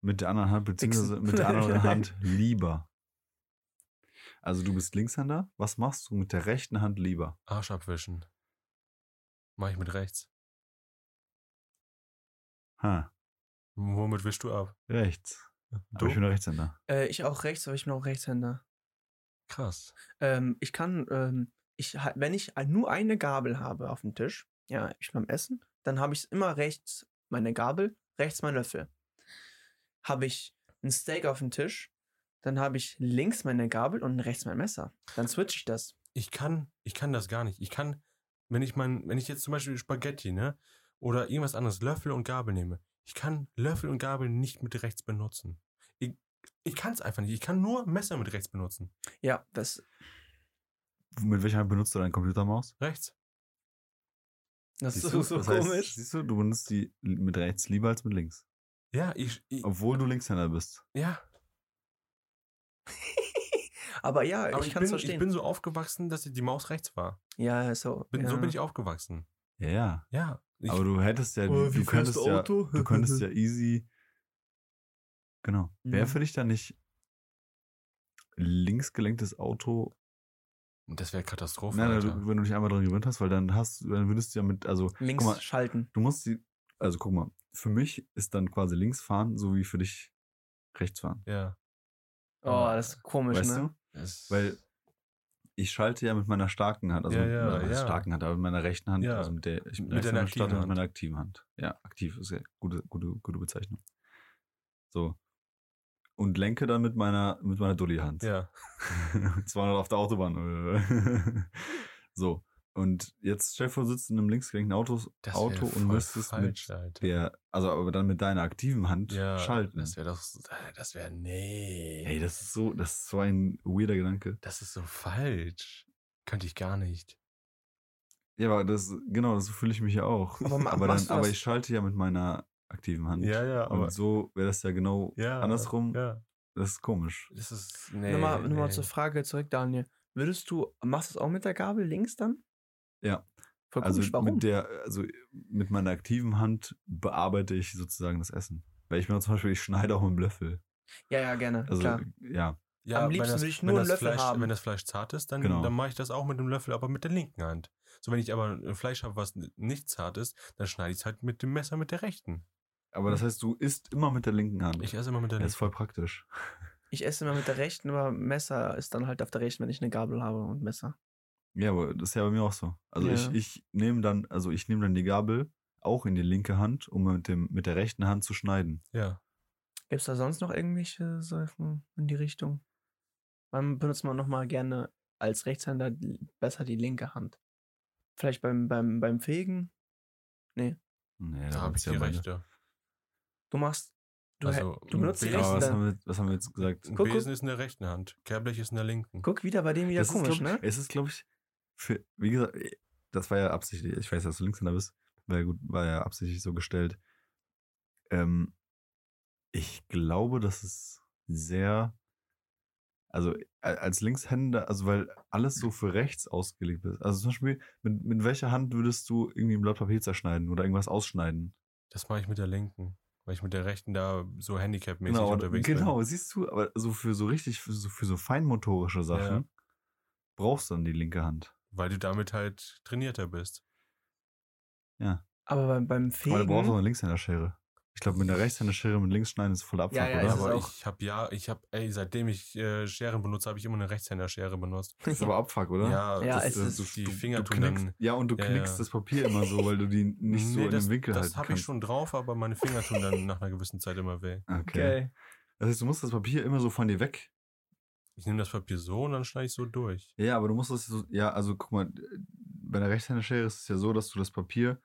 Speaker 1: mit der anderen Hand,
Speaker 2: [LAUGHS]
Speaker 1: beziehungsweise
Speaker 3: Wichsen.
Speaker 1: mit der anderen Hand lieber? Also du bist Linkshänder, was machst du mit der rechten Hand lieber?
Speaker 2: Arsch abwischen. Mach ich mit rechts.
Speaker 1: Ha,
Speaker 2: Womit wischst du ab?
Speaker 1: rechts. Aber ich bin Rechtshänder.
Speaker 3: äh, ich auch rechts, aber ich bin auch Rechtshänder.
Speaker 2: Krass.
Speaker 3: Ähm, ich kann, ähm, ich, ha- wenn ich nur eine Gabel habe auf dem Tisch, ja, ich beim Essen, dann habe ich immer rechts meine Gabel, rechts mein Löffel. Habe ich ein Steak auf dem Tisch, dann habe ich links meine Gabel und rechts mein Messer. Dann switche ich das.
Speaker 2: Ich kann, ich kann das gar nicht. Ich kann, wenn ich mein, wenn ich jetzt zum Beispiel Spaghetti, ne? Oder irgendwas anderes, Löffel und Gabel nehme. Ich kann Löffel und Gabel nicht mit rechts benutzen. Ich, ich kann es einfach nicht. Ich kann nur Messer mit rechts benutzen.
Speaker 3: Ja, das,
Speaker 1: Mit welcher Hand benutzt du deine Computermaus?
Speaker 2: Rechts.
Speaker 3: das ist
Speaker 1: Siehst
Speaker 3: so,
Speaker 1: du?
Speaker 3: so
Speaker 1: Das heißt,
Speaker 3: komisch.
Speaker 1: siehst du, du benutzt die mit rechts lieber als mit links.
Speaker 2: Ja, ich, ich
Speaker 1: Obwohl du Linkshänder bist.
Speaker 2: ja.
Speaker 3: aber ja,
Speaker 2: Aber
Speaker 3: ich,
Speaker 2: ich,
Speaker 3: kann
Speaker 2: bin,
Speaker 3: es
Speaker 2: ich
Speaker 3: verstehen.
Speaker 2: bin so aufgewachsen, dass die Maus rechts war.
Speaker 3: ja, so.
Speaker 2: Bin,
Speaker 3: ja.
Speaker 2: So bin ich aufgewachsen.
Speaker 1: Ja, ja.
Speaker 2: Ja. Ich, Oh,
Speaker 1: Aber du hättest ja, Äh,
Speaker 3: Oh,
Speaker 1: du, du könntest ja,
Speaker 3: Auto?
Speaker 1: du
Speaker 3: [LAUGHS]
Speaker 1: könntest ja easy. Genau. Wäre
Speaker 3: Mhm.
Speaker 1: für dich dann nicht linksgelenktes Auto,
Speaker 2: das wäre Katastrophe.
Speaker 1: nein, nein,
Speaker 2: Alter.
Speaker 1: du, wenn du dich einmal dran gewöhnt hast, weil dann hast du- dann würdest du ja mit, also
Speaker 3: [LAUGHS] links
Speaker 1: Guck mal.
Speaker 3: schalten.
Speaker 1: du musst die, also guck mal, für mich ist dann quasi links fahren, so wie für dich rechts fahren.
Speaker 2: ja.
Speaker 3: Oh, das ist komisch,
Speaker 1: weißt
Speaker 3: ne?
Speaker 1: du? Weil ich schalte ja mit meiner starken Hand, also
Speaker 2: Ja,
Speaker 1: mit
Speaker 2: ja,
Speaker 1: meiner was heißt
Speaker 2: ja.
Speaker 1: starken Hand, aber mit meiner rechten Hand,
Speaker 2: Ja.
Speaker 1: also mit der ich bin
Speaker 2: Mit
Speaker 1: Rechtshänder,
Speaker 2: deiner aktiven
Speaker 1: starte
Speaker 2: Hand.
Speaker 1: mit meiner aktiven Hand. Ja, aktiv ist ja gute, gute, gute Bezeichnung. So. Und lenke dann mit meiner, mit meiner Dulli-Hand. [LAUGHS]
Speaker 2: Ja.
Speaker 1: 200 auf der Autobahn. [LAUGHS] so. Und jetzt stell dir vor, du sitzt in einem linksgelenkten Autos,
Speaker 2: Das wär
Speaker 1: Auto
Speaker 2: voll
Speaker 1: und müsstest
Speaker 2: falsch,
Speaker 1: mit
Speaker 2: Alter.
Speaker 1: der, also aber dann mit deiner aktiven Hand
Speaker 2: ja,
Speaker 1: schalten.
Speaker 2: Das wäre doch, das wäre, nee.
Speaker 1: Ey, das ist so, das ist so ein weirder Gedanke.
Speaker 2: das ist so falsch. Könnte ich gar nicht.
Speaker 1: Ja, aber das, genau, so fühle ich mich ja auch.
Speaker 3: Aber ma-
Speaker 1: aber,
Speaker 3: machst
Speaker 1: dann,
Speaker 3: du
Speaker 1: aber
Speaker 3: das-
Speaker 1: ich schalte ja mit meiner aktiven Hand.
Speaker 2: ja,
Speaker 1: Und so wäre das ja genau
Speaker 2: ja,
Speaker 1: andersrum.
Speaker 2: Ja.
Speaker 1: Das ist komisch.
Speaker 2: Das ist, nee.
Speaker 3: nochmal nochmal
Speaker 2: nee.
Speaker 3: zur Frage zurück, Daniel. Würdest du, machst du es auch mit der Gabel links dann?
Speaker 1: Ja.
Speaker 3: Voll
Speaker 1: also
Speaker 3: komisch, warum?
Speaker 1: mit der, also mit meiner aktiven Hand bearbeite ich sozusagen das Essen. Weil ich mir zum Beispiel, ich schneide auch mit dem Löffel.
Speaker 3: ja, ja, gerne,
Speaker 1: Also
Speaker 3: klar.
Speaker 1: ja,
Speaker 2: Ja,
Speaker 3: Am
Speaker 2: wenn
Speaker 3: liebsten
Speaker 2: das-
Speaker 3: würde ich
Speaker 2: wenn
Speaker 3: nur
Speaker 2: das
Speaker 3: einen Löffel
Speaker 2: Fleisch,
Speaker 3: haben.
Speaker 2: Wenn das Fleisch zart ist, dann,
Speaker 1: Genau.
Speaker 2: dann mache ich das auch mit dem Löffel, aber mit der linken Hand. So, wenn ich aber ein Fleisch habe, was nicht zart ist, dann schneide ich es halt mit dem Messer mit der rechten.
Speaker 1: aber das heißt, du isst immer mit der linken Hand.
Speaker 2: Ich esse immer mit der
Speaker 1: das ist
Speaker 2: linken.
Speaker 1: voll praktisch.
Speaker 3: Ich esse immer mit der rechten, aber Messer ist dann halt auf der rechten, wenn ich eine Gabel habe und Messer.
Speaker 1: Ja, aber das ist ja bei mir auch so. Also
Speaker 3: Ja.
Speaker 1: ich, ich nehme dann, also ich nehme dann die Gabel auch in die linke Hand, um mit dem mit der rechten Hand zu schneiden.
Speaker 2: Ja.
Speaker 3: Gibt es da sonst noch irgendwelche Sachen in die Richtung? Wann benutzt man nochmal gerne als Rechtshänder die- besser die linke Hand? Vielleicht beim, beim, beim Fegen?
Speaker 1: Nee,
Speaker 2: da habe
Speaker 1: haben's
Speaker 2: ich die
Speaker 1: beide.
Speaker 2: Rechte.
Speaker 3: Du machst. Du,
Speaker 2: Also,
Speaker 3: du benutzt die
Speaker 2: Besen-
Speaker 1: Aber mm,
Speaker 3: rechten
Speaker 1: was haben,
Speaker 3: dann.
Speaker 1: wir, was haben wir jetzt gesagt?
Speaker 2: Ein
Speaker 3: Guck,
Speaker 2: Besen ist in der rechten Hand, Kerblech ist in der linken.
Speaker 3: Guck, wieder bei dem wieder
Speaker 1: ist,
Speaker 3: komisch,
Speaker 1: glaub,
Speaker 3: ne?
Speaker 1: Es ist, glaube ich, für, wie gesagt, äh, das war ja absichtlich, ich weiß, dass du Linkshänder bist, war ja, gut, war ja absichtlich so gestellt. Ähm, ich glaube, das ist sehr, also a- als Linkshänder, also weil alles so für rechts ausgelegt ist. Also zum Beispiel, mit, mit welcher Hand würdest du irgendwie ein Blatt Papier zerschneiden oder irgendwas ausschneiden?
Speaker 2: Das mache ich mit der linken, weil ich mit der rechten da so handicapmäßig
Speaker 1: Genau,
Speaker 2: unterwegs
Speaker 1: genau, siehst du, aber so für so richtig, für so, für so feinmotorische Sachen brauchst du dann die linke Hand.
Speaker 2: bin, weil du damit halt trainierter bist.
Speaker 3: Aber beim, beim
Speaker 1: Aber du brauchst auch
Speaker 3: Fegen.
Speaker 1: eine Linkshänderschere. Ich glaube, mit einer Rechtshänderschere mit links schneiden ist voll Abfuck,
Speaker 3: Ja, ja,
Speaker 1: oder?
Speaker 3: es ist
Speaker 2: aber
Speaker 3: auch-
Speaker 2: ich habe ja, ich habe, ey, seitdem ich äh, Scheren benutze, habe ich immer eine Rechtshänderschere benutzt.
Speaker 1: Das ist aber Abfuck, oder?
Speaker 2: Ja,
Speaker 3: Ja,
Speaker 2: das, äh,
Speaker 3: es
Speaker 2: das-
Speaker 3: ist-
Speaker 2: das- die
Speaker 1: Du-
Speaker 2: Finger
Speaker 1: du
Speaker 2: tun
Speaker 1: knickst,
Speaker 2: dann.
Speaker 1: Ja, und du
Speaker 2: Ja,
Speaker 1: knickst
Speaker 2: ja.
Speaker 1: das Papier immer so, weil du die nicht
Speaker 3: Mhm.
Speaker 1: so
Speaker 2: Nee,
Speaker 1: in
Speaker 2: das,
Speaker 1: dem Winkel
Speaker 2: Das
Speaker 1: halten
Speaker 2: habe ich
Speaker 1: kannst.
Speaker 2: schon drauf, aber meine Finger tun dann nach einer gewissen Zeit immer weh.
Speaker 1: Okay.
Speaker 3: Geil.
Speaker 1: Das heißt, du musst das Papier immer so von dir weg.
Speaker 2: Ich nehme das Papier so und dann schneide ich so durch.
Speaker 1: Ja, aber du musst das so, ja, also guck mal, bei einer Rechtshänderschere ist es ja so, dass du das Papier,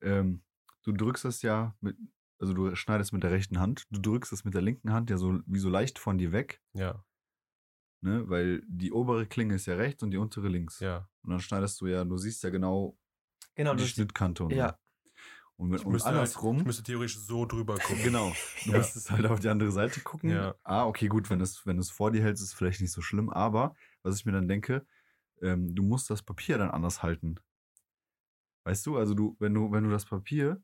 Speaker 1: ähm, du drückst es ja mit, also du schneidest mit der rechten Hand, du drückst es mit der linken Hand ja so wie so leicht von dir weg,
Speaker 2: Ja,
Speaker 1: ne? Weil die obere Klinge ist ja rechts und die untere links.
Speaker 2: ja.
Speaker 1: Und dann schneidest du ja, du siehst ja genau
Speaker 3: Genau,
Speaker 1: die
Speaker 3: das
Speaker 1: Schnittkante und
Speaker 3: ja.
Speaker 1: so. Und, wenn-
Speaker 2: Ich
Speaker 1: und
Speaker 2: müsste, halt, ich
Speaker 1: andersrum,
Speaker 2: müsste theoretisch so drüber gucken.
Speaker 1: genau, du
Speaker 2: Ja.
Speaker 1: müsstest halt auf die andere Seite gucken.
Speaker 2: Ja.
Speaker 1: Ah, okay, gut, wenn du es wenn du es vor dir hältst, ist vielleicht nicht so schlimm, aber was ich mir dann denke, ähm, du musst das Papier dann anders halten. Weißt du, also du, wenn du, wenn du das Papier,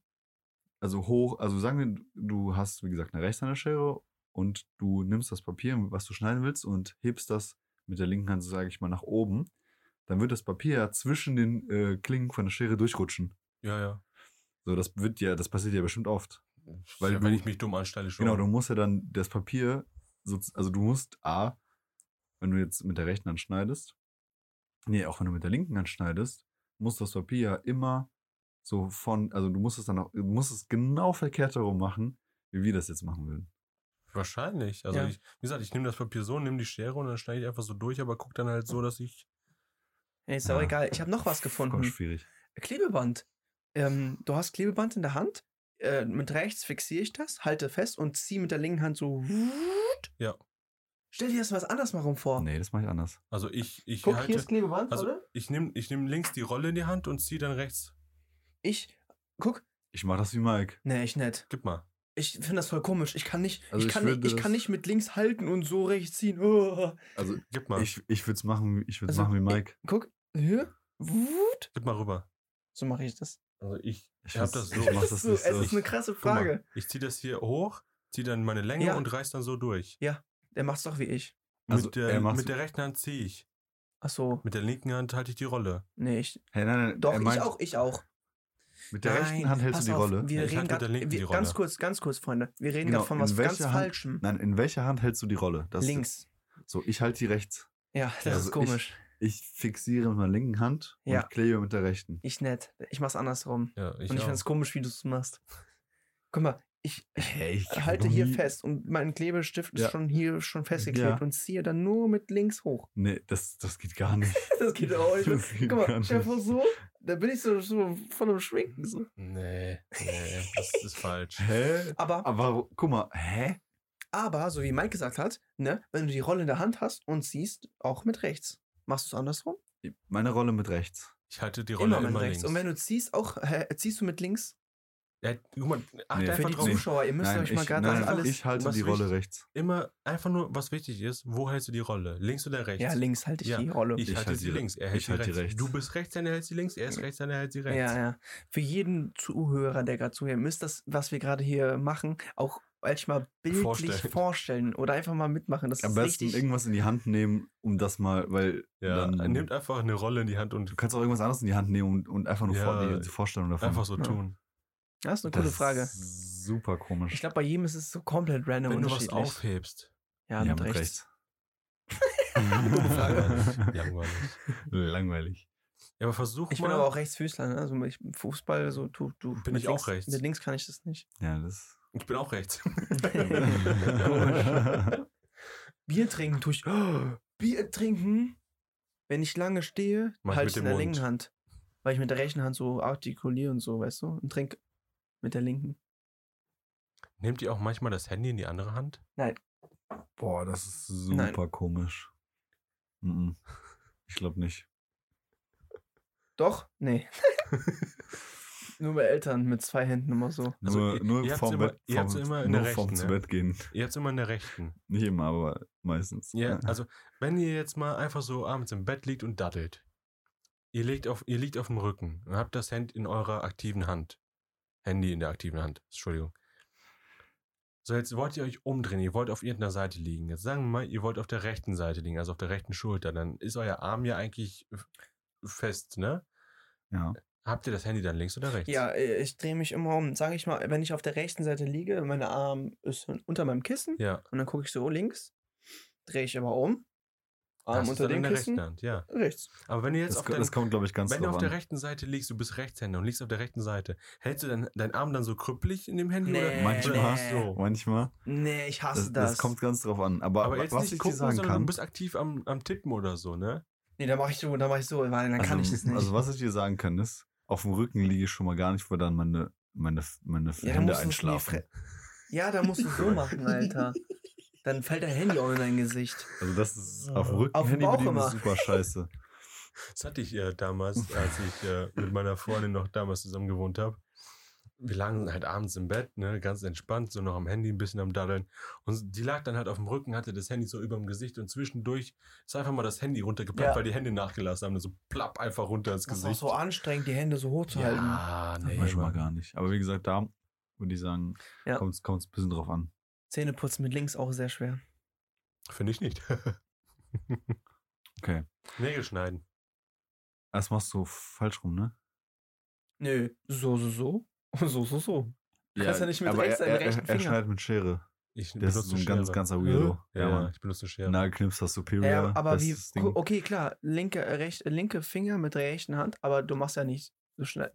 Speaker 1: also hoch, also sagen wir, du hast, wie gesagt, eine Rechtshänderschere und du nimmst das Papier, was du schneiden willst, und hebst das mit der linken Hand, sage ich mal, nach oben, dann wird das Papier ja zwischen den äh, Klingen von der Schere durchrutschen.
Speaker 2: Ja, ja.
Speaker 1: So, das wird ja, das passiert ja bestimmt oft. Weil
Speaker 2: ja, wenn
Speaker 1: du-
Speaker 2: ich mich dumm anstelle, schon.
Speaker 1: Genau, du musst ja dann das Papier, so- also du musst A, wenn du jetzt mit der rechten Hand schneidest, nee, auch wenn du mit der linken Hand schneidest, musst das Papier ja immer so von, also du musst es dann auch, du musst es genau verkehrt herum machen, wie wir das jetzt machen würden.
Speaker 2: Wahrscheinlich. Also
Speaker 3: Ja.
Speaker 2: ich, wie gesagt, ich nehme das Papier so, nehme die Schere und dann schneide ich einfach so durch, aber guck dann halt so, dass ich.
Speaker 3: Ey, ist auch
Speaker 1: Ja.
Speaker 3: egal. Ich habe noch was gefunden.
Speaker 1: Voll schwierig.
Speaker 3: Klebeband. Ähm, du hast Klebeband in der Hand. Äh, mit rechts fixiere ich das, halte fest und ziehe mit der linken Hand so.
Speaker 2: Ja.
Speaker 3: Stell dir das mal anders mal rum vor.
Speaker 1: Nee, das mache ich anders.
Speaker 2: Also ich, ich
Speaker 3: Guck,
Speaker 2: halte.
Speaker 3: hier ist Klebeband,
Speaker 2: also
Speaker 3: oder?
Speaker 2: ich nehme ich nehm links die Rolle in die Hand und ziehe dann rechts.
Speaker 3: Ich, guck,
Speaker 1: Ich mache das wie Mike.
Speaker 3: nee, ich nicht.
Speaker 2: Gib mal.
Speaker 3: Ich finde das voll komisch. Ich kann nicht,
Speaker 1: Also
Speaker 3: ich,
Speaker 1: ich
Speaker 3: kann, nicht,
Speaker 1: würde
Speaker 3: ich kann
Speaker 1: das-
Speaker 3: nicht mit links halten und so rechts ziehen. Oh.
Speaker 1: Also
Speaker 2: Gib mal.
Speaker 1: ich, ich würde es machen, wie- ich würd's
Speaker 3: Also,
Speaker 1: machen wie Mike.
Speaker 3: Guck, hier, wut.
Speaker 2: Gib mal rüber.
Speaker 3: So mache ich das.
Speaker 2: Also ich, ich
Speaker 1: Ich
Speaker 2: habe
Speaker 1: würd's-
Speaker 2: das so.
Speaker 3: [LAUGHS]
Speaker 1: ich mach das
Speaker 3: so,
Speaker 1: nicht
Speaker 3: es
Speaker 1: so.
Speaker 3: ist eine krasse
Speaker 2: Guck mal,
Speaker 3: Frage.
Speaker 2: Ich ziehe das hier hoch, ziehe dann meine Länge
Speaker 3: Ja.
Speaker 2: und reiß dann so durch.
Speaker 3: Der macht's doch wie ich.
Speaker 1: Also,
Speaker 2: mit, der,
Speaker 1: er macht's-
Speaker 2: mit der rechten Hand ziehe ich.
Speaker 3: Ach so,
Speaker 2: Mit der linken Hand halte ich die Rolle.
Speaker 3: nee, ich.
Speaker 1: Hey, nein, nein,
Speaker 3: Doch,
Speaker 1: er
Speaker 3: ich
Speaker 1: meint,
Speaker 3: auch, ich auch.
Speaker 1: Mit der rechten
Speaker 3: Nein,
Speaker 1: Hand hältst
Speaker 3: pass
Speaker 1: du die
Speaker 3: auf,
Speaker 1: Rolle.
Speaker 3: Wir
Speaker 2: Ich
Speaker 3: reden
Speaker 2: halte mit der
Speaker 3: grad,
Speaker 2: linken
Speaker 3: wir,
Speaker 2: die Rolle.
Speaker 3: Ganz kurz, ganz kurz, Freunde. Wir reden
Speaker 1: Genau,
Speaker 3: gerade von
Speaker 1: in
Speaker 3: was ganz
Speaker 1: welcher Hand-
Speaker 3: Falschem.
Speaker 1: Nein, in welcher Hand hältst du die Rolle? Das ist
Speaker 3: Links.
Speaker 1: jetzt- So, ich halte die rechts.
Speaker 3: Ja, das
Speaker 1: Also
Speaker 3: ist komisch.
Speaker 1: Ich fixiere mit meiner linken Hand
Speaker 3: Ja.
Speaker 1: und klebe mit der rechten.
Speaker 3: Ich, nett. Ich mach's andersrum.
Speaker 2: Ja, ich,
Speaker 3: und ich
Speaker 2: auch.
Speaker 3: find's komisch, wie du's machst. Guck mal, ich, ich
Speaker 1: Hey, ich hab
Speaker 3: halte
Speaker 1: noch
Speaker 3: hier
Speaker 1: nie-
Speaker 3: fest und mein Klebestift ist
Speaker 1: Ja.
Speaker 3: schon hier schon festgeklebt
Speaker 1: Ja.
Speaker 3: und ziehe dann nur mit links hoch.
Speaker 1: Nee, das, das geht gar nicht.
Speaker 3: Das geht auch nicht.
Speaker 1: [LAUGHS] Das geht
Speaker 3: Guck mal,
Speaker 1: gar
Speaker 3: stell dir
Speaker 1: nicht.
Speaker 3: vor so, da bin ich so, so voll am Schwinken. So.
Speaker 2: Nee, [LAUGHS] nee, das ist falsch.
Speaker 1: Hä?
Speaker 3: Aber,
Speaker 1: Aber guck mal, hä?
Speaker 3: aber, so wie Mike gesagt hat, ne, wenn du die Rolle in der Hand hast und ziehst, auch mit rechts. Machst du es andersrum?
Speaker 1: Meine Rolle mit rechts.
Speaker 2: Ich halte die Rolle immer,
Speaker 3: mit
Speaker 2: links.
Speaker 3: Und wenn du ziehst, auch, [LAUGHS] hä, ziehst du mit links?
Speaker 2: ja, guck mal, achte
Speaker 1: Nee.
Speaker 3: Für
Speaker 2: einfach
Speaker 3: die
Speaker 2: drauf.
Speaker 3: Zuschauer, ihr müsst
Speaker 1: nein,
Speaker 3: euch mal
Speaker 1: ich,
Speaker 3: gerade
Speaker 1: nein,
Speaker 3: das alles.
Speaker 1: ich halte
Speaker 2: was
Speaker 1: die Rolle
Speaker 2: wichtig-
Speaker 1: rechts.
Speaker 2: Immer einfach nur, was wichtig ist, wo hältst du die Rolle? Links oder rechts?
Speaker 3: ja, links halte ich
Speaker 2: Ja,
Speaker 3: die Rolle.
Speaker 2: Ich,
Speaker 1: Ich
Speaker 2: halte
Speaker 1: halte
Speaker 2: sie
Speaker 1: die-
Speaker 2: links, er hält
Speaker 1: ich
Speaker 2: sie
Speaker 1: halte
Speaker 2: rechts.
Speaker 1: die rechts.
Speaker 2: Du bist rechts, dann er hält sie links, er ist rechts, dann er hält sie rechts.
Speaker 3: Ja, ja. Für jeden Zuhörer, der gerade zuhört, müsst das, was wir gerade hier machen, auch manchmal bildlich vorstellen.
Speaker 2: Vorstellen. [LAUGHS]
Speaker 3: oder einfach mal mitmachen. Das
Speaker 1: Am
Speaker 3: ist
Speaker 1: besten
Speaker 3: richtig.
Speaker 1: irgendwas in die Hand nehmen, um das mal, weil
Speaker 2: Ja,
Speaker 1: dann,
Speaker 2: nimmt einfach eine Rolle in die Hand und
Speaker 1: du kannst auch irgendwas anderes in die Hand nehmen und, und einfach nur
Speaker 2: Ja,
Speaker 1: vor, die, die Vorstellung davon.
Speaker 2: einfach so
Speaker 3: Ja.
Speaker 2: tun.
Speaker 3: Das ist eine
Speaker 1: Das
Speaker 3: coole Frage.
Speaker 1: ist Super komisch.
Speaker 3: Ich glaube, bei jedem ist es so komplett random
Speaker 2: Wenn du was
Speaker 3: unterschiedlich.
Speaker 2: [LAUGHS] aufhebst.
Speaker 3: ja, mit rechts. [LAUGHS]
Speaker 1: [LAUGHS]
Speaker 2: Langweilig. Langweilig.
Speaker 1: Langweilig.
Speaker 2: Ja, aber versuch
Speaker 3: Ich
Speaker 2: mal.
Speaker 3: bin aber auch Rechtsfüßler, ne? Also ich, Fußball, so du, du.
Speaker 2: Bin
Speaker 3: mit
Speaker 2: ich auch
Speaker 3: links,
Speaker 2: rechts.
Speaker 3: Mit links kann ich das [LAUGHS] nicht.
Speaker 1: Ja, das.
Speaker 2: ich bin auch rechts. [LAUGHS]
Speaker 3: Bier trinken tue ich. Bier trinken, wenn ich lange stehe,
Speaker 2: Mach ich
Speaker 3: halte
Speaker 2: mit
Speaker 3: ich in
Speaker 2: dem
Speaker 3: der
Speaker 2: Mund.
Speaker 3: linken Hand. weil ich mit der rechten Hand so artikuliere und so, weißt du? Und trinke mit der linken.
Speaker 2: [LAUGHS] Nehmt ihr auch manchmal das Handy in die andere Hand?
Speaker 1: Boah, das ist
Speaker 3: Nein.
Speaker 1: super komisch. Mhm. Ich glaube nicht.
Speaker 3: Doch? Nee. [LAUGHS] Nur bei Eltern mit zwei Händen immer so.
Speaker 2: [LAUGHS] Also
Speaker 1: nur
Speaker 2: ihr-
Speaker 1: nur
Speaker 2: ihr habt's
Speaker 1: vorm
Speaker 2: immer-
Speaker 1: Bett,
Speaker 2: ihr habt's
Speaker 1: vorm-
Speaker 2: immer in
Speaker 1: nur
Speaker 2: der
Speaker 1: vorm zu
Speaker 2: rechten, ne?
Speaker 1: Bett gehen. [LAUGHS]
Speaker 2: Ihr habt es immer in der rechten.
Speaker 1: Nicht immer, aber meistens.
Speaker 2: Ja, also wenn ihr jetzt mal einfach so abends im Bett liegt und dattelt, ihr liegt auf, ihr liegt auf dem Rücken und habt das Handy in eurer aktiven Hand. Handy in der aktiven Hand, Entschuldigung. So, jetzt wollt ihr euch umdrehen, ihr wollt auf irgendeiner Seite liegen. Jetzt sagen wir mal, ihr wollt auf der rechten Seite liegen, also auf der rechten Schulter. Dann ist euer Arm ja eigentlich f- fest, ne?
Speaker 1: Ja.
Speaker 2: Habt ihr das Handy dann links oder rechts?
Speaker 3: Ja, äh, ich drehe mich immer um. Sag ich mal, wenn ich auf der rechten Seite liege, mein Arm ist unter meinem Kissen
Speaker 2: Ja.
Speaker 3: und dann gucke ich so links, drehe ich aber um,
Speaker 2: Das
Speaker 3: Arm
Speaker 2: ist
Speaker 3: unter
Speaker 2: dann in
Speaker 3: dem
Speaker 2: der rechten
Speaker 3: Kissen,
Speaker 2: Hand, ja.
Speaker 3: rechts.
Speaker 2: Aber wenn ihr jetzt
Speaker 1: das,
Speaker 2: auf deinem
Speaker 1: das kommt, glaube ich, ganz
Speaker 2: Wenn du
Speaker 1: drauf
Speaker 2: auf der
Speaker 1: an.
Speaker 2: rechten Seite liegst, du bist Rechtshänder und liegst auf der rechten Seite, hältst du deinen deinen Arm dann so krüppelig in dem Handy?
Speaker 3: Nee,
Speaker 2: oder?
Speaker 1: Manchmal.
Speaker 2: Oder so.
Speaker 1: Manchmal.
Speaker 3: Nee, ich
Speaker 1: Das,
Speaker 3: hasse das.
Speaker 1: das. kommt ganz drauf an. Aber,
Speaker 2: Aber jetzt
Speaker 1: was
Speaker 2: nicht
Speaker 1: ich
Speaker 2: gucken,
Speaker 1: dir sagen
Speaker 2: sondern du
Speaker 1: kann.
Speaker 2: bist aktiv am, am Tippen oder so, ne?
Speaker 3: nee, dann mache ich so, dann mache ich so, weil dann kann ich
Speaker 1: also,
Speaker 3: das nicht.
Speaker 1: also, was ich dir sagen kann, ist, auf dem Rücken liege ich schon mal gar nicht, wo dann meine, meine, meine
Speaker 3: Ja, dann
Speaker 1: Hände
Speaker 3: musst du's in die
Speaker 1: einschlafen.
Speaker 3: Fre- ja, dann musst
Speaker 1: [LAUGHS]
Speaker 3: du so machen, Alter. Dann fällt der Handy auch in dein Gesicht.
Speaker 1: Also das ist auf dem
Speaker 2: Ja.
Speaker 1: Rücken
Speaker 3: Auf dem
Speaker 1: Handy
Speaker 3: Bauch
Speaker 1: bedienen ist
Speaker 3: immer.
Speaker 1: super scheiße.
Speaker 2: Das hatte ich äh, damals, als ich äh, mit meiner Freundin noch damals zusammen gewohnt habe. Wir lagen halt abends im Bett, ne, ganz entspannt, so noch am Handy ein bisschen am Daddeln. Und die lag dann halt auf dem Rücken, hatte das Handy so über dem Gesicht und zwischendurch ist einfach mal das Handy runtergeplappt,
Speaker 3: Ja.
Speaker 2: weil die Hände nachgelassen haben. So plapp einfach runter ins
Speaker 3: Das ist
Speaker 2: Gesicht.
Speaker 3: auch so anstrengend, die Hände so hoch zu halten.
Speaker 2: ja, nee,
Speaker 1: Manchmal
Speaker 2: Mann.
Speaker 1: gar nicht. Aber wie gesagt, da würde ich sagen,
Speaker 3: Ja.
Speaker 1: kommt es ein bisschen drauf an.
Speaker 3: Zähne putzen mit links auch sehr schwer.
Speaker 2: Finde ich nicht.
Speaker 1: Okay.
Speaker 2: [LAUGHS] Nägel schneiden.
Speaker 1: Das machst du falsch rum, ne?
Speaker 3: Nö, so, so, so. [LAUGHS] So, so, so. Kannst ja nicht mit rechts
Speaker 1: er,
Speaker 3: deinen
Speaker 1: er,
Speaker 3: rechten
Speaker 1: Er
Speaker 3: Finger.
Speaker 1: schneidet mit Schere.
Speaker 2: Ich
Speaker 1: Das ist so ein ganz, ganzer Weirdo.
Speaker 2: Weirdo. Ja, Mann, ich benutze eine Schere.
Speaker 1: Nagelknips das Superior.
Speaker 3: Ja, aber wie,
Speaker 1: bestes Ding.
Speaker 3: okay, klar, linke, äh, recht, linke Finger mit der rechten Hand, aber du machst ja nicht so schnell.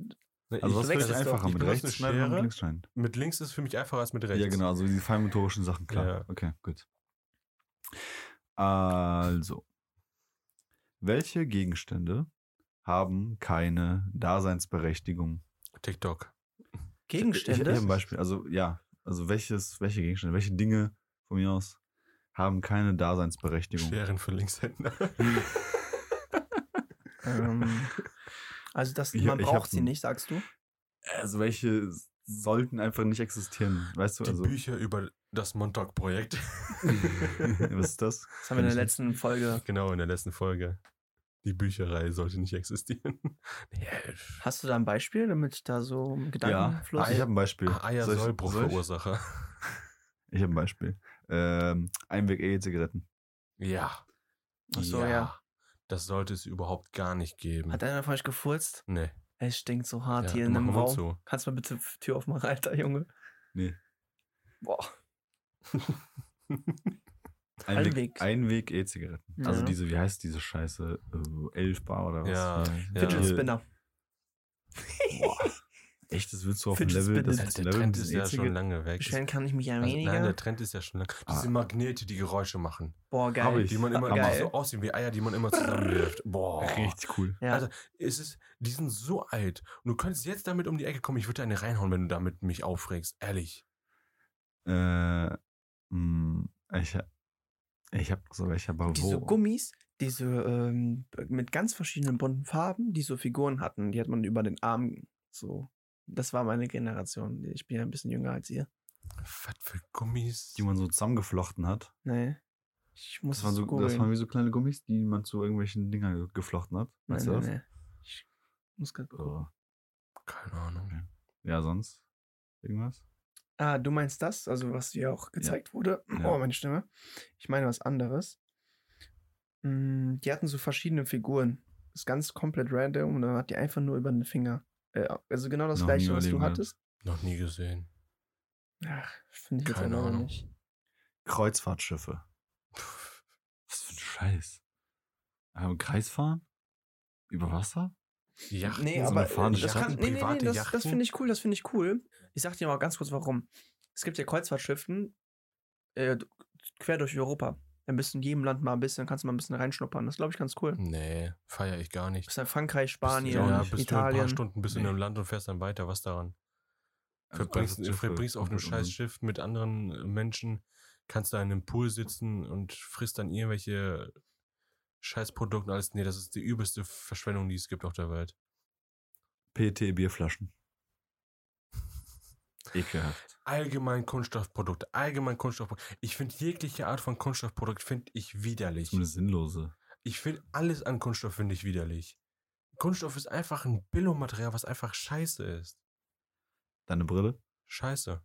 Speaker 2: Nee,
Speaker 1: Also was
Speaker 2: ich
Speaker 3: benutze-
Speaker 1: finde ich einfacher?
Speaker 2: benutze-
Speaker 1: mit
Speaker 2: ich benutze
Speaker 1: rechts
Speaker 2: eine
Speaker 1: schneiden oder mit
Speaker 2: Schere.
Speaker 1: links schneiden?
Speaker 2: Mit links ist für mich einfacher als mit rechts.
Speaker 1: Ja, genau, also die feinmotorischen Sachen, klar.
Speaker 2: Ja.
Speaker 1: Okay, gut. Also, welche Gegenstände haben keine Daseinsberechtigung?
Speaker 2: TikTok.
Speaker 1: Ich, ich
Speaker 3: Gegenstände?
Speaker 1: hab ein Beispiel, also ja, also welches, welche Gegenstände, welche Dinge von mir aus haben keine Daseinsberechtigung?
Speaker 2: Scheren für Linkshänder.
Speaker 3: ähm,
Speaker 1: [LAUGHS]
Speaker 3: also das,
Speaker 1: Ich-
Speaker 3: man
Speaker 1: ich
Speaker 3: braucht
Speaker 1: hab
Speaker 3: sie
Speaker 1: ein-
Speaker 3: nicht, sagst du?
Speaker 1: Also welche sollten einfach nicht existieren, weißt du?
Speaker 2: Die
Speaker 1: Also,
Speaker 2: Bücher über
Speaker 1: [LAUGHS]
Speaker 2: das Montauk-Projekt.
Speaker 1: was ist das?
Speaker 3: Das haben wir in der letzten Folge.
Speaker 2: genau, in der letzten Folge. Die Bücherei sollte nicht existieren. Ah, Ja,
Speaker 3: Hast du da ein Beispiel, damit ich da so einen
Speaker 1: Ja,
Speaker 3: Gedankenfluss...
Speaker 1: ah, ich habe ein Beispiel.
Speaker 2: Eier
Speaker 1: Soll ich-
Speaker 2: Sollbruch
Speaker 1: soll ich?
Speaker 2: Verursacher.
Speaker 1: Ich habe ein Beispiel. Ähm, Einweg-E-Zigaretten.
Speaker 2: Ja.
Speaker 3: Ach so, ja.
Speaker 2: Das sollte es überhaupt gar nicht
Speaker 1: Hm.
Speaker 2: geben.
Speaker 3: Hat einer von euch gefurzt?
Speaker 2: nee.
Speaker 3: Es stinkt so hart hier in
Speaker 2: mach
Speaker 3: dem
Speaker 2: mal Mund
Speaker 3: Raum.
Speaker 2: zu.
Speaker 3: Kannst du mal bitte die Tür aufmachen, [LAUGHS] Alter, Junge?
Speaker 1: Nee.
Speaker 3: Boah. Einweg.
Speaker 1: Einweg- Einweg-E-Zigaretten. Also
Speaker 3: Ja.
Speaker 1: diese, wie heißt diese Scheiße? Äh, 11 Bar oder was?
Speaker 2: Ja, Also, ja.
Speaker 3: Fidget
Speaker 1: Diese-
Speaker 3: Spinner.
Speaker 1: Boah. Echt, das willst du auf dem
Speaker 3: Fidget
Speaker 1: Level, das
Speaker 3: Spinner.
Speaker 1: auf dem
Speaker 2: Der
Speaker 1: Level E-, mit
Speaker 2: Trend ist
Speaker 1: diesen
Speaker 2: ja schon
Speaker 1: E-Zigaretten.
Speaker 2: lange weg.
Speaker 3: Beschweren kann ich mich ja
Speaker 2: Also,
Speaker 3: weniger.
Speaker 2: nein, der Trend ist ja schon lang.
Speaker 1: Ah.
Speaker 2: Diese Magnete, die Geräusche machen.
Speaker 3: Boah, geil.
Speaker 1: Hab ich.
Speaker 2: Die man immer
Speaker 1: Ah,
Speaker 2: die
Speaker 3: geil.
Speaker 2: so aussehen wie Eier, die man immer zusammenwirft. Boah.
Speaker 1: Richtig cool.
Speaker 3: Ja.
Speaker 2: Also, es ist, die sind so alt. Und du könntest jetzt damit um die Ecke kommen. Ich würde dir eine reinhauen, wenn du damit mich aufregst. Ehrlich.
Speaker 1: Äh, mh, ich hab- ich habe so welche, aber
Speaker 3: diese
Speaker 1: wo?
Speaker 3: Gummis, diese ähm, mit ganz verschiedenen bunten Farben, die so Figuren hatten, die hat man über den Arm so. Das war meine Generation. Ich bin ja ein bisschen jünger als ihr.
Speaker 2: Was für Gummis.
Speaker 1: die man so zusammengeflochten hat.
Speaker 3: Nee. Ich muss
Speaker 1: Das waren, so, das
Speaker 3: googeln.
Speaker 1: waren wie so kleine Gummis, die man zu irgendwelchen Dingern ge- geflochten hat. Weißt
Speaker 3: nein,
Speaker 1: du
Speaker 3: nein, nee. Ich muss grad
Speaker 1: das?
Speaker 3: gucken.
Speaker 2: Keine Ahnung.
Speaker 1: Äh, ja, sonst? Irgendwas?
Speaker 3: Ah, du meinst das, also was dir auch gezeigt wurde? [CLEARS THROAT]
Speaker 1: Ja.
Speaker 3: Oh, meine Stimme. Ich meine was anderes. Mm, die hatten so verschiedene Figuren. Ist ganz komplett random und dann hat die einfach nur über den Finger. Äh, also genau das
Speaker 1: Noch nie
Speaker 3: gleiche, was du
Speaker 1: überleben gehabt.
Speaker 3: hattest.
Speaker 2: Noch nie gesehen.
Speaker 3: Ach, finde ich jetzt
Speaker 2: Keine
Speaker 3: aber
Speaker 2: Ahnung.
Speaker 3: nicht.
Speaker 1: Kreuzfahrtschiffe. Was für ein Scheiß. Äh, Im Kreis fahren? Über Wasser?
Speaker 2: Yachten,
Speaker 3: nee,
Speaker 1: so
Speaker 3: aber äh,
Speaker 1: eine Fahne.
Speaker 3: das,
Speaker 1: Yachten,
Speaker 3: kann, nee, nee, nee,
Speaker 2: private
Speaker 3: das, das
Speaker 2: Yachten.
Speaker 3: finde ich cool, das finde ich cool. Ich sag dir mal ganz kurz warum. Es gibt ja Kreuzfahrtschiffen äh, quer durch Europa. Dann bist du in jedem Land mal ein bisschen, kannst du mal ein bisschen reinschnuppern. Das ist, glaube ich, ganz cool.
Speaker 2: Nee, feiere ich gar nicht.
Speaker 3: Bist dann Frankreich, Spanien,
Speaker 2: ja,
Speaker 1: nicht.
Speaker 2: Hm. bist Du halt ein paar
Speaker 3: Italien.
Speaker 2: Stunden bist du in
Speaker 1: Nee.
Speaker 2: einem Land und fährst dann weiter. Was daran?
Speaker 1: Also
Speaker 2: verbringst,
Speaker 1: Schiffe
Speaker 2: verbringst auf einem
Speaker 1: und- und-
Speaker 2: scheiß Schiff mit anderen äh, Menschen, kannst da in einem Pool sitzen und frisst dann irgendwelche Scheißprodukte und alles. Nee, das ist die übelste Verschwendung, die es gibt auf der Welt. [LAUGHS]
Speaker 1: PT-Bierflaschen. Ekelhaft.
Speaker 2: Allgemein Kunststoffprodukte, allgemein Kunststoffprodukte. Ich finde jegliche Art von Kunststoffprodukt finde ich widerlich.
Speaker 1: Zumindest sinnlose.
Speaker 2: Ich finde alles an Kunststoff finde ich widerlich. Kunststoff ist einfach ein Billo-Material, was einfach scheiße ist.
Speaker 1: Deine Brille?
Speaker 2: Scheiße.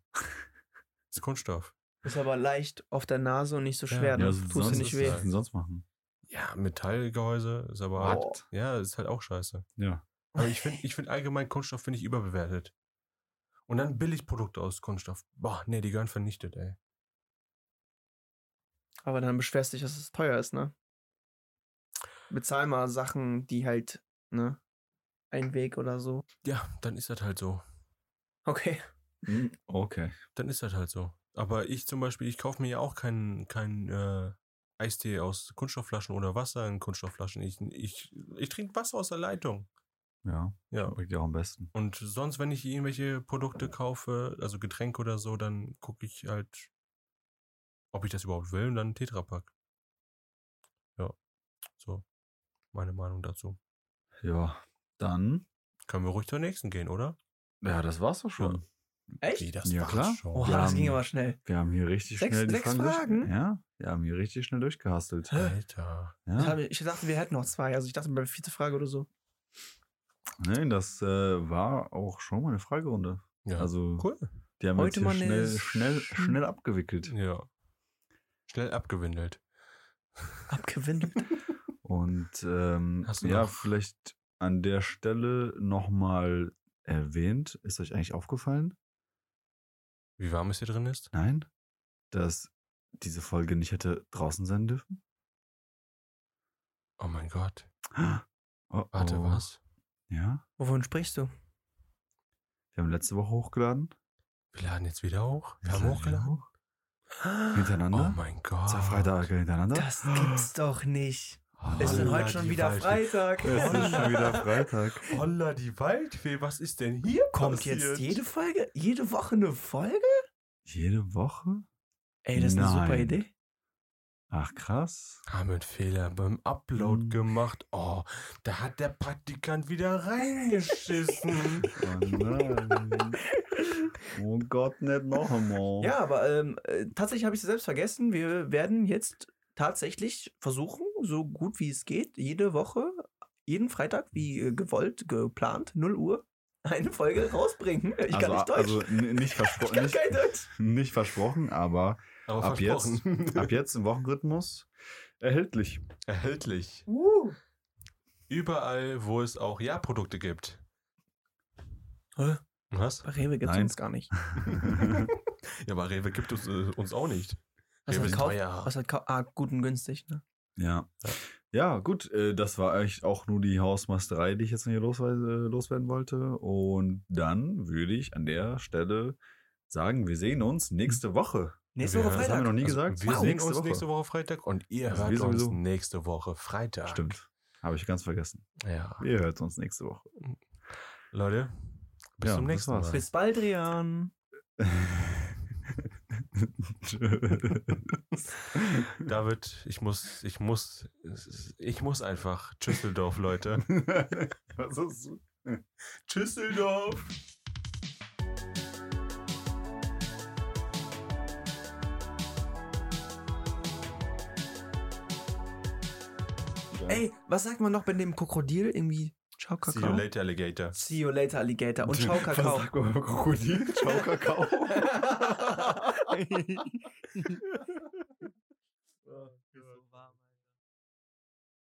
Speaker 2: ist Kunststoff.
Speaker 3: Ist aber leicht auf der Nase und nicht so
Speaker 2: Ja.
Speaker 3: schwer.
Speaker 2: Ja,
Speaker 3: Ja,
Speaker 1: so-
Speaker 3: Tust dir
Speaker 1: sonst-
Speaker 3: nicht
Speaker 2: ist
Speaker 3: weh.
Speaker 1: Was denn sonst machen?
Speaker 2: Ja, Metallgehäuse ist aber
Speaker 3: Boah.
Speaker 2: hart. Ja, ist halt auch scheiße.
Speaker 1: Ja.
Speaker 2: Aber ich finde ich find allgemein Kunststoff finde ich überbewertet. Und dann Billigprodukte aus Kunststoff. Boah, nee, die gehören vernichtet, ey.
Speaker 3: Aber dann beschwerst du dich, dass es teuer ist, ne? Bezahl mal Sachen, die halt, ne? Ein Weg oder so.
Speaker 2: Ja, dann ist das halt so.
Speaker 3: Okay.
Speaker 1: Hm, Okay.
Speaker 2: Dann ist das halt so. Aber ich zum Beispiel, ich kaufe mir ja auch keinen kein, äh, Eistee aus Kunststoffflaschen oder Wasser in Kunststoffflaschen. Ich, ich, ich trinke Wasser aus der Leitung.
Speaker 1: Ja,
Speaker 2: Ja.
Speaker 1: bringt ja auch am besten.
Speaker 2: Und sonst, wenn ich irgendwelche Produkte kaufe, also Getränke oder so, dann gucke ich halt, ob ich das überhaupt will und dann einen Tetrapack. Ja, so. Meine Meinung dazu.
Speaker 1: Ja, dann.
Speaker 2: Können wir ruhig zur nächsten gehen, oder?
Speaker 1: Ja, das war's doch schon.
Speaker 2: Wie,
Speaker 3: Echt?
Speaker 2: das
Speaker 1: Ja,
Speaker 2: war's
Speaker 1: klar.
Speaker 2: schon.
Speaker 3: Oha,
Speaker 1: Wir
Speaker 3: das ging
Speaker 1: haben-
Speaker 3: aber schnell.
Speaker 1: Wir haben hier richtig
Speaker 3: Sechs-
Speaker 1: schnell die
Speaker 3: sechs
Speaker 1: Fragen,
Speaker 3: Fragen?
Speaker 1: Durch, ja, wir haben hier richtig schnell durchgehastelt.
Speaker 2: Alter.
Speaker 3: Ich,
Speaker 1: Ja.
Speaker 3: hab, ich dachte, wir hätten noch zwei. Also ich dachte, bei der vierten Frage oder so.
Speaker 1: Nein, das äh, war auch schon mal eine Fragerunde.
Speaker 2: Ja,
Speaker 1: Also,
Speaker 2: cool.
Speaker 1: die haben
Speaker 3: Heute
Speaker 1: wir
Speaker 3: mal
Speaker 1: jetzt
Speaker 3: eine
Speaker 1: hier schnell, schnell,
Speaker 3: Sch-
Speaker 1: schnell abgewickelt.
Speaker 2: Ja. Schnell abgewindelt.
Speaker 1: [LAUGHS]
Speaker 3: Abgewinnt.
Speaker 1: Und ähm,
Speaker 2: Hast du
Speaker 1: ja,
Speaker 2: noch-
Speaker 1: vielleicht an der Stelle nochmal erwähnt. Ist euch eigentlich aufgefallen?
Speaker 2: Wie warm es hier drin ist?
Speaker 1: Nein? Dass diese Folge nicht hätte draußen sein dürfen?
Speaker 2: Oh mein Gott.
Speaker 1: Oh,
Speaker 2: Warte,
Speaker 1: oh.
Speaker 2: was?
Speaker 1: Ja,
Speaker 3: Wovon sprichst du?
Speaker 1: wir haben letzte Woche hochgeladen.
Speaker 2: Wir laden jetzt wieder hoch. Wir
Speaker 1: Jetzt
Speaker 2: haben
Speaker 1: laden wir
Speaker 2: hochgeladen.
Speaker 1: hoch.
Speaker 3: Ne?
Speaker 2: Oh
Speaker 1: Hintereinander?
Speaker 2: mein Gott.
Speaker 1: Zwei Freitage hintereinander?
Speaker 3: Das gibt's doch nicht.
Speaker 1: Oh,
Speaker 2: Holla
Speaker 3: Ist denn heute
Speaker 2: die
Speaker 3: schon wieder
Speaker 2: Waldfee.
Speaker 3: Freitag?
Speaker 1: Es ist schon wieder Freitag.
Speaker 2: Holla die Waldfee, was ist denn hier
Speaker 3: Kommt
Speaker 2: passiert?
Speaker 3: jetzt jede Folge, jede Woche eine Folge?
Speaker 1: Jede Woche?
Speaker 3: Ey, das ist eine super
Speaker 1: Nein.
Speaker 3: Idee.
Speaker 1: Ach krass.
Speaker 2: Haben wir einen Fehler beim Upload
Speaker 1: Hm.
Speaker 2: gemacht. Oh, da hat der Praktikant wieder
Speaker 3: [LAUGHS]
Speaker 2: reingeschissen.
Speaker 1: Oh nein. oh Gott, nicht noch einmal.
Speaker 3: Ja, aber ähm, äh, tatsächlich habe ich es selbst vergessen. Wir werden jetzt tatsächlich versuchen, so gut wie es geht, jede Woche, jeden Freitag, wie äh, gewollt, geplant, 0 Uhr, [LAUGHS] eine Folge rausbringen. Ich kann nicht Deutsch.
Speaker 1: Also n- nicht,
Speaker 3: ich
Speaker 1: verspro
Speaker 3: kann
Speaker 1: nicht,
Speaker 3: kein Deutsch.
Speaker 1: nicht versprochen, aber
Speaker 2: Aber
Speaker 1: Ab
Speaker 2: versprochen.
Speaker 1: ab jetzt im Wochenrhythmus
Speaker 3: [LAUGHS]
Speaker 1: erhältlich.
Speaker 2: Erhältlich.
Speaker 3: Uh.
Speaker 2: Überall, wo es auch Ja-Produkte gibt.
Speaker 3: Hä?
Speaker 2: Was?
Speaker 3: Bei Rewe gibt es
Speaker 1: Nein.
Speaker 3: uns gar nicht.
Speaker 2: Ja, aber Rewe gibt es äh, uns auch nicht.
Speaker 3: Was
Speaker 2: Rewe
Speaker 3: hat
Speaker 2: ist
Speaker 3: Kauf?
Speaker 2: teuer.
Speaker 3: Was hat Kauf? Ah, gut und günstig. Ne?
Speaker 1: ja. Ja, gut, äh, das war eigentlich auch nur die Hausmeisterei, die ich jetzt noch hier loswe- äh, loswerden wollte. Und dann würde ich an der Stelle sagen, wir sehen uns nächste Woche.
Speaker 3: Nächste
Speaker 2: Ja,
Speaker 3: Woche
Speaker 2: das
Speaker 1: Das haben wir noch
Speaker 3: Freitag.
Speaker 1: nie
Speaker 2: Also,
Speaker 1: gesagt.
Speaker 2: Wir sehen
Speaker 1: Nächste
Speaker 2: uns
Speaker 1: Woche.
Speaker 2: nächste Woche Freitag und ihr
Speaker 1: Also
Speaker 2: hört
Speaker 1: wir
Speaker 2: uns
Speaker 1: sowieso.
Speaker 2: nächste Woche Freitag.
Speaker 1: Stimmt. Habe ich ganz vergessen.
Speaker 2: Ja.
Speaker 1: Ihr hört uns nächste Woche. [LAUGHS]
Speaker 2: Leute, bis
Speaker 1: Ja,
Speaker 2: zum
Speaker 1: das
Speaker 2: nächsten
Speaker 1: war's.
Speaker 2: Mal.
Speaker 3: Bis bald, Rian.
Speaker 2: David, ich muss, ich muss, ich muss einfach.
Speaker 1: [LAUGHS]
Speaker 2: Tschüsseldorf, Leute.
Speaker 1: Was ist so?
Speaker 2: Tschüsseldorf.
Speaker 3: Ey, was sagt man noch bei dem Krokodil? Irgendwie, ciao,
Speaker 2: See you
Speaker 3: Kakao.
Speaker 2: later, Alligator.
Speaker 3: See you later,
Speaker 1: [LAUGHS]
Speaker 3: Alligator. Und ciao,
Speaker 1: Was
Speaker 3: Kakao. [LAUGHS]
Speaker 1: sagt man beim Krokodil? Ciao, Kakao.